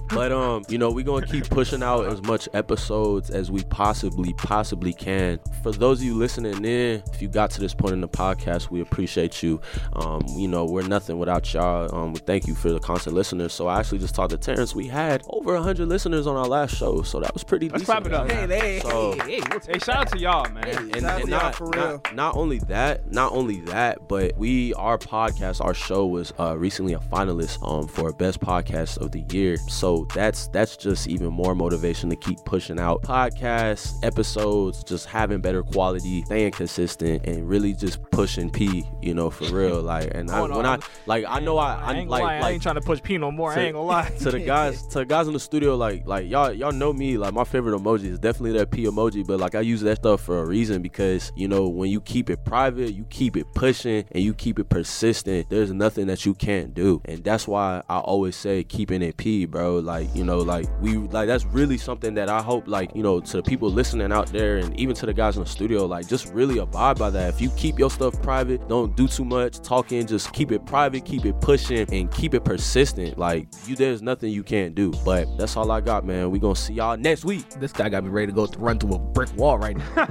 But um, you know, we're gonna keep pushing out as much episodes as we possibly possibly can. For those of you you listening in, if you got to this point in the podcast, we appreciate you. Um, you know, we're nothing without y'all. Um, we thank you for the constant listeners. So I actually just talked to Terrence. We had over 100 listeners on our last show, so that was pretty
Let's
decent.
clap it up.
Hey, hey,
So-
hey, hey, what's
Hey, shout out to y'all, man.
and,
Shout out
and
to y'all,
not,
for
not-
real.
not only that, not only that, but we our podcast, our show was uh, recently a finalist um, for best podcast of the year. So that's that's just even more motivation to keep pushing out podcasts, episodes, just having better quality, staying consistent, and really just pushing P, you know, for real. Like, and I,
Oh, no,
when I
I'm-
like, I know I,
I
I'm
ain't
like,
gonna lie, I
like
ain't trying to push P no more. I ain't gonna lie.
to the guys, to the guys in the studio, like like y'all y'all know me. Like my favorite emoji is definitely that P emoji, but like I use that stuff for a reason because you know when you keep it private, you keep it pushing, and you keep it persistent. There's nothing that you can't do, and that's why I always say keeping it P, bro. Like you know, like we like that's really something that I hope like you know to the people listening out there, and even to the guys in the studio, like just really abide by that. If you keep your stuff private, don't do too much talking. Just keep it private, keep it pushing, and keep it persistent. Like you, there's nothing you can't do. But that's all I got, man. We gonna see y'all next week.
this guy got me ready to go th- run through a brick wall right now.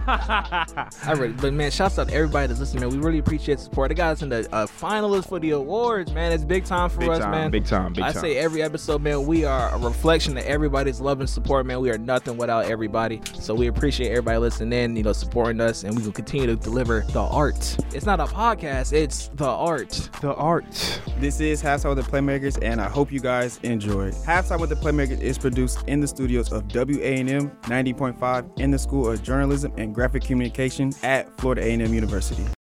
I ready, but man, shouts out to everybody that's listening, man. We really appreciate the support. I got us in the uh, finalists for the awards, man. It's big time for
Big
us,
time,
man.
big time, big
I
time.
say every episode, man, we are a reflection of everybody's love and support, man. We are nothing without everybody. So we appreciate everybody listening in, you know, supporting us, and we will continue to deliver the art. It's not a podcast, it's the art.
The art.
This is Halftime with the Playmakers, and I hope you guys enjoyed. Halftime with the Playmakers is produced in the studios of WA&M 90.5 in the School of Journalism and Graphic Communication at Florida A&M University.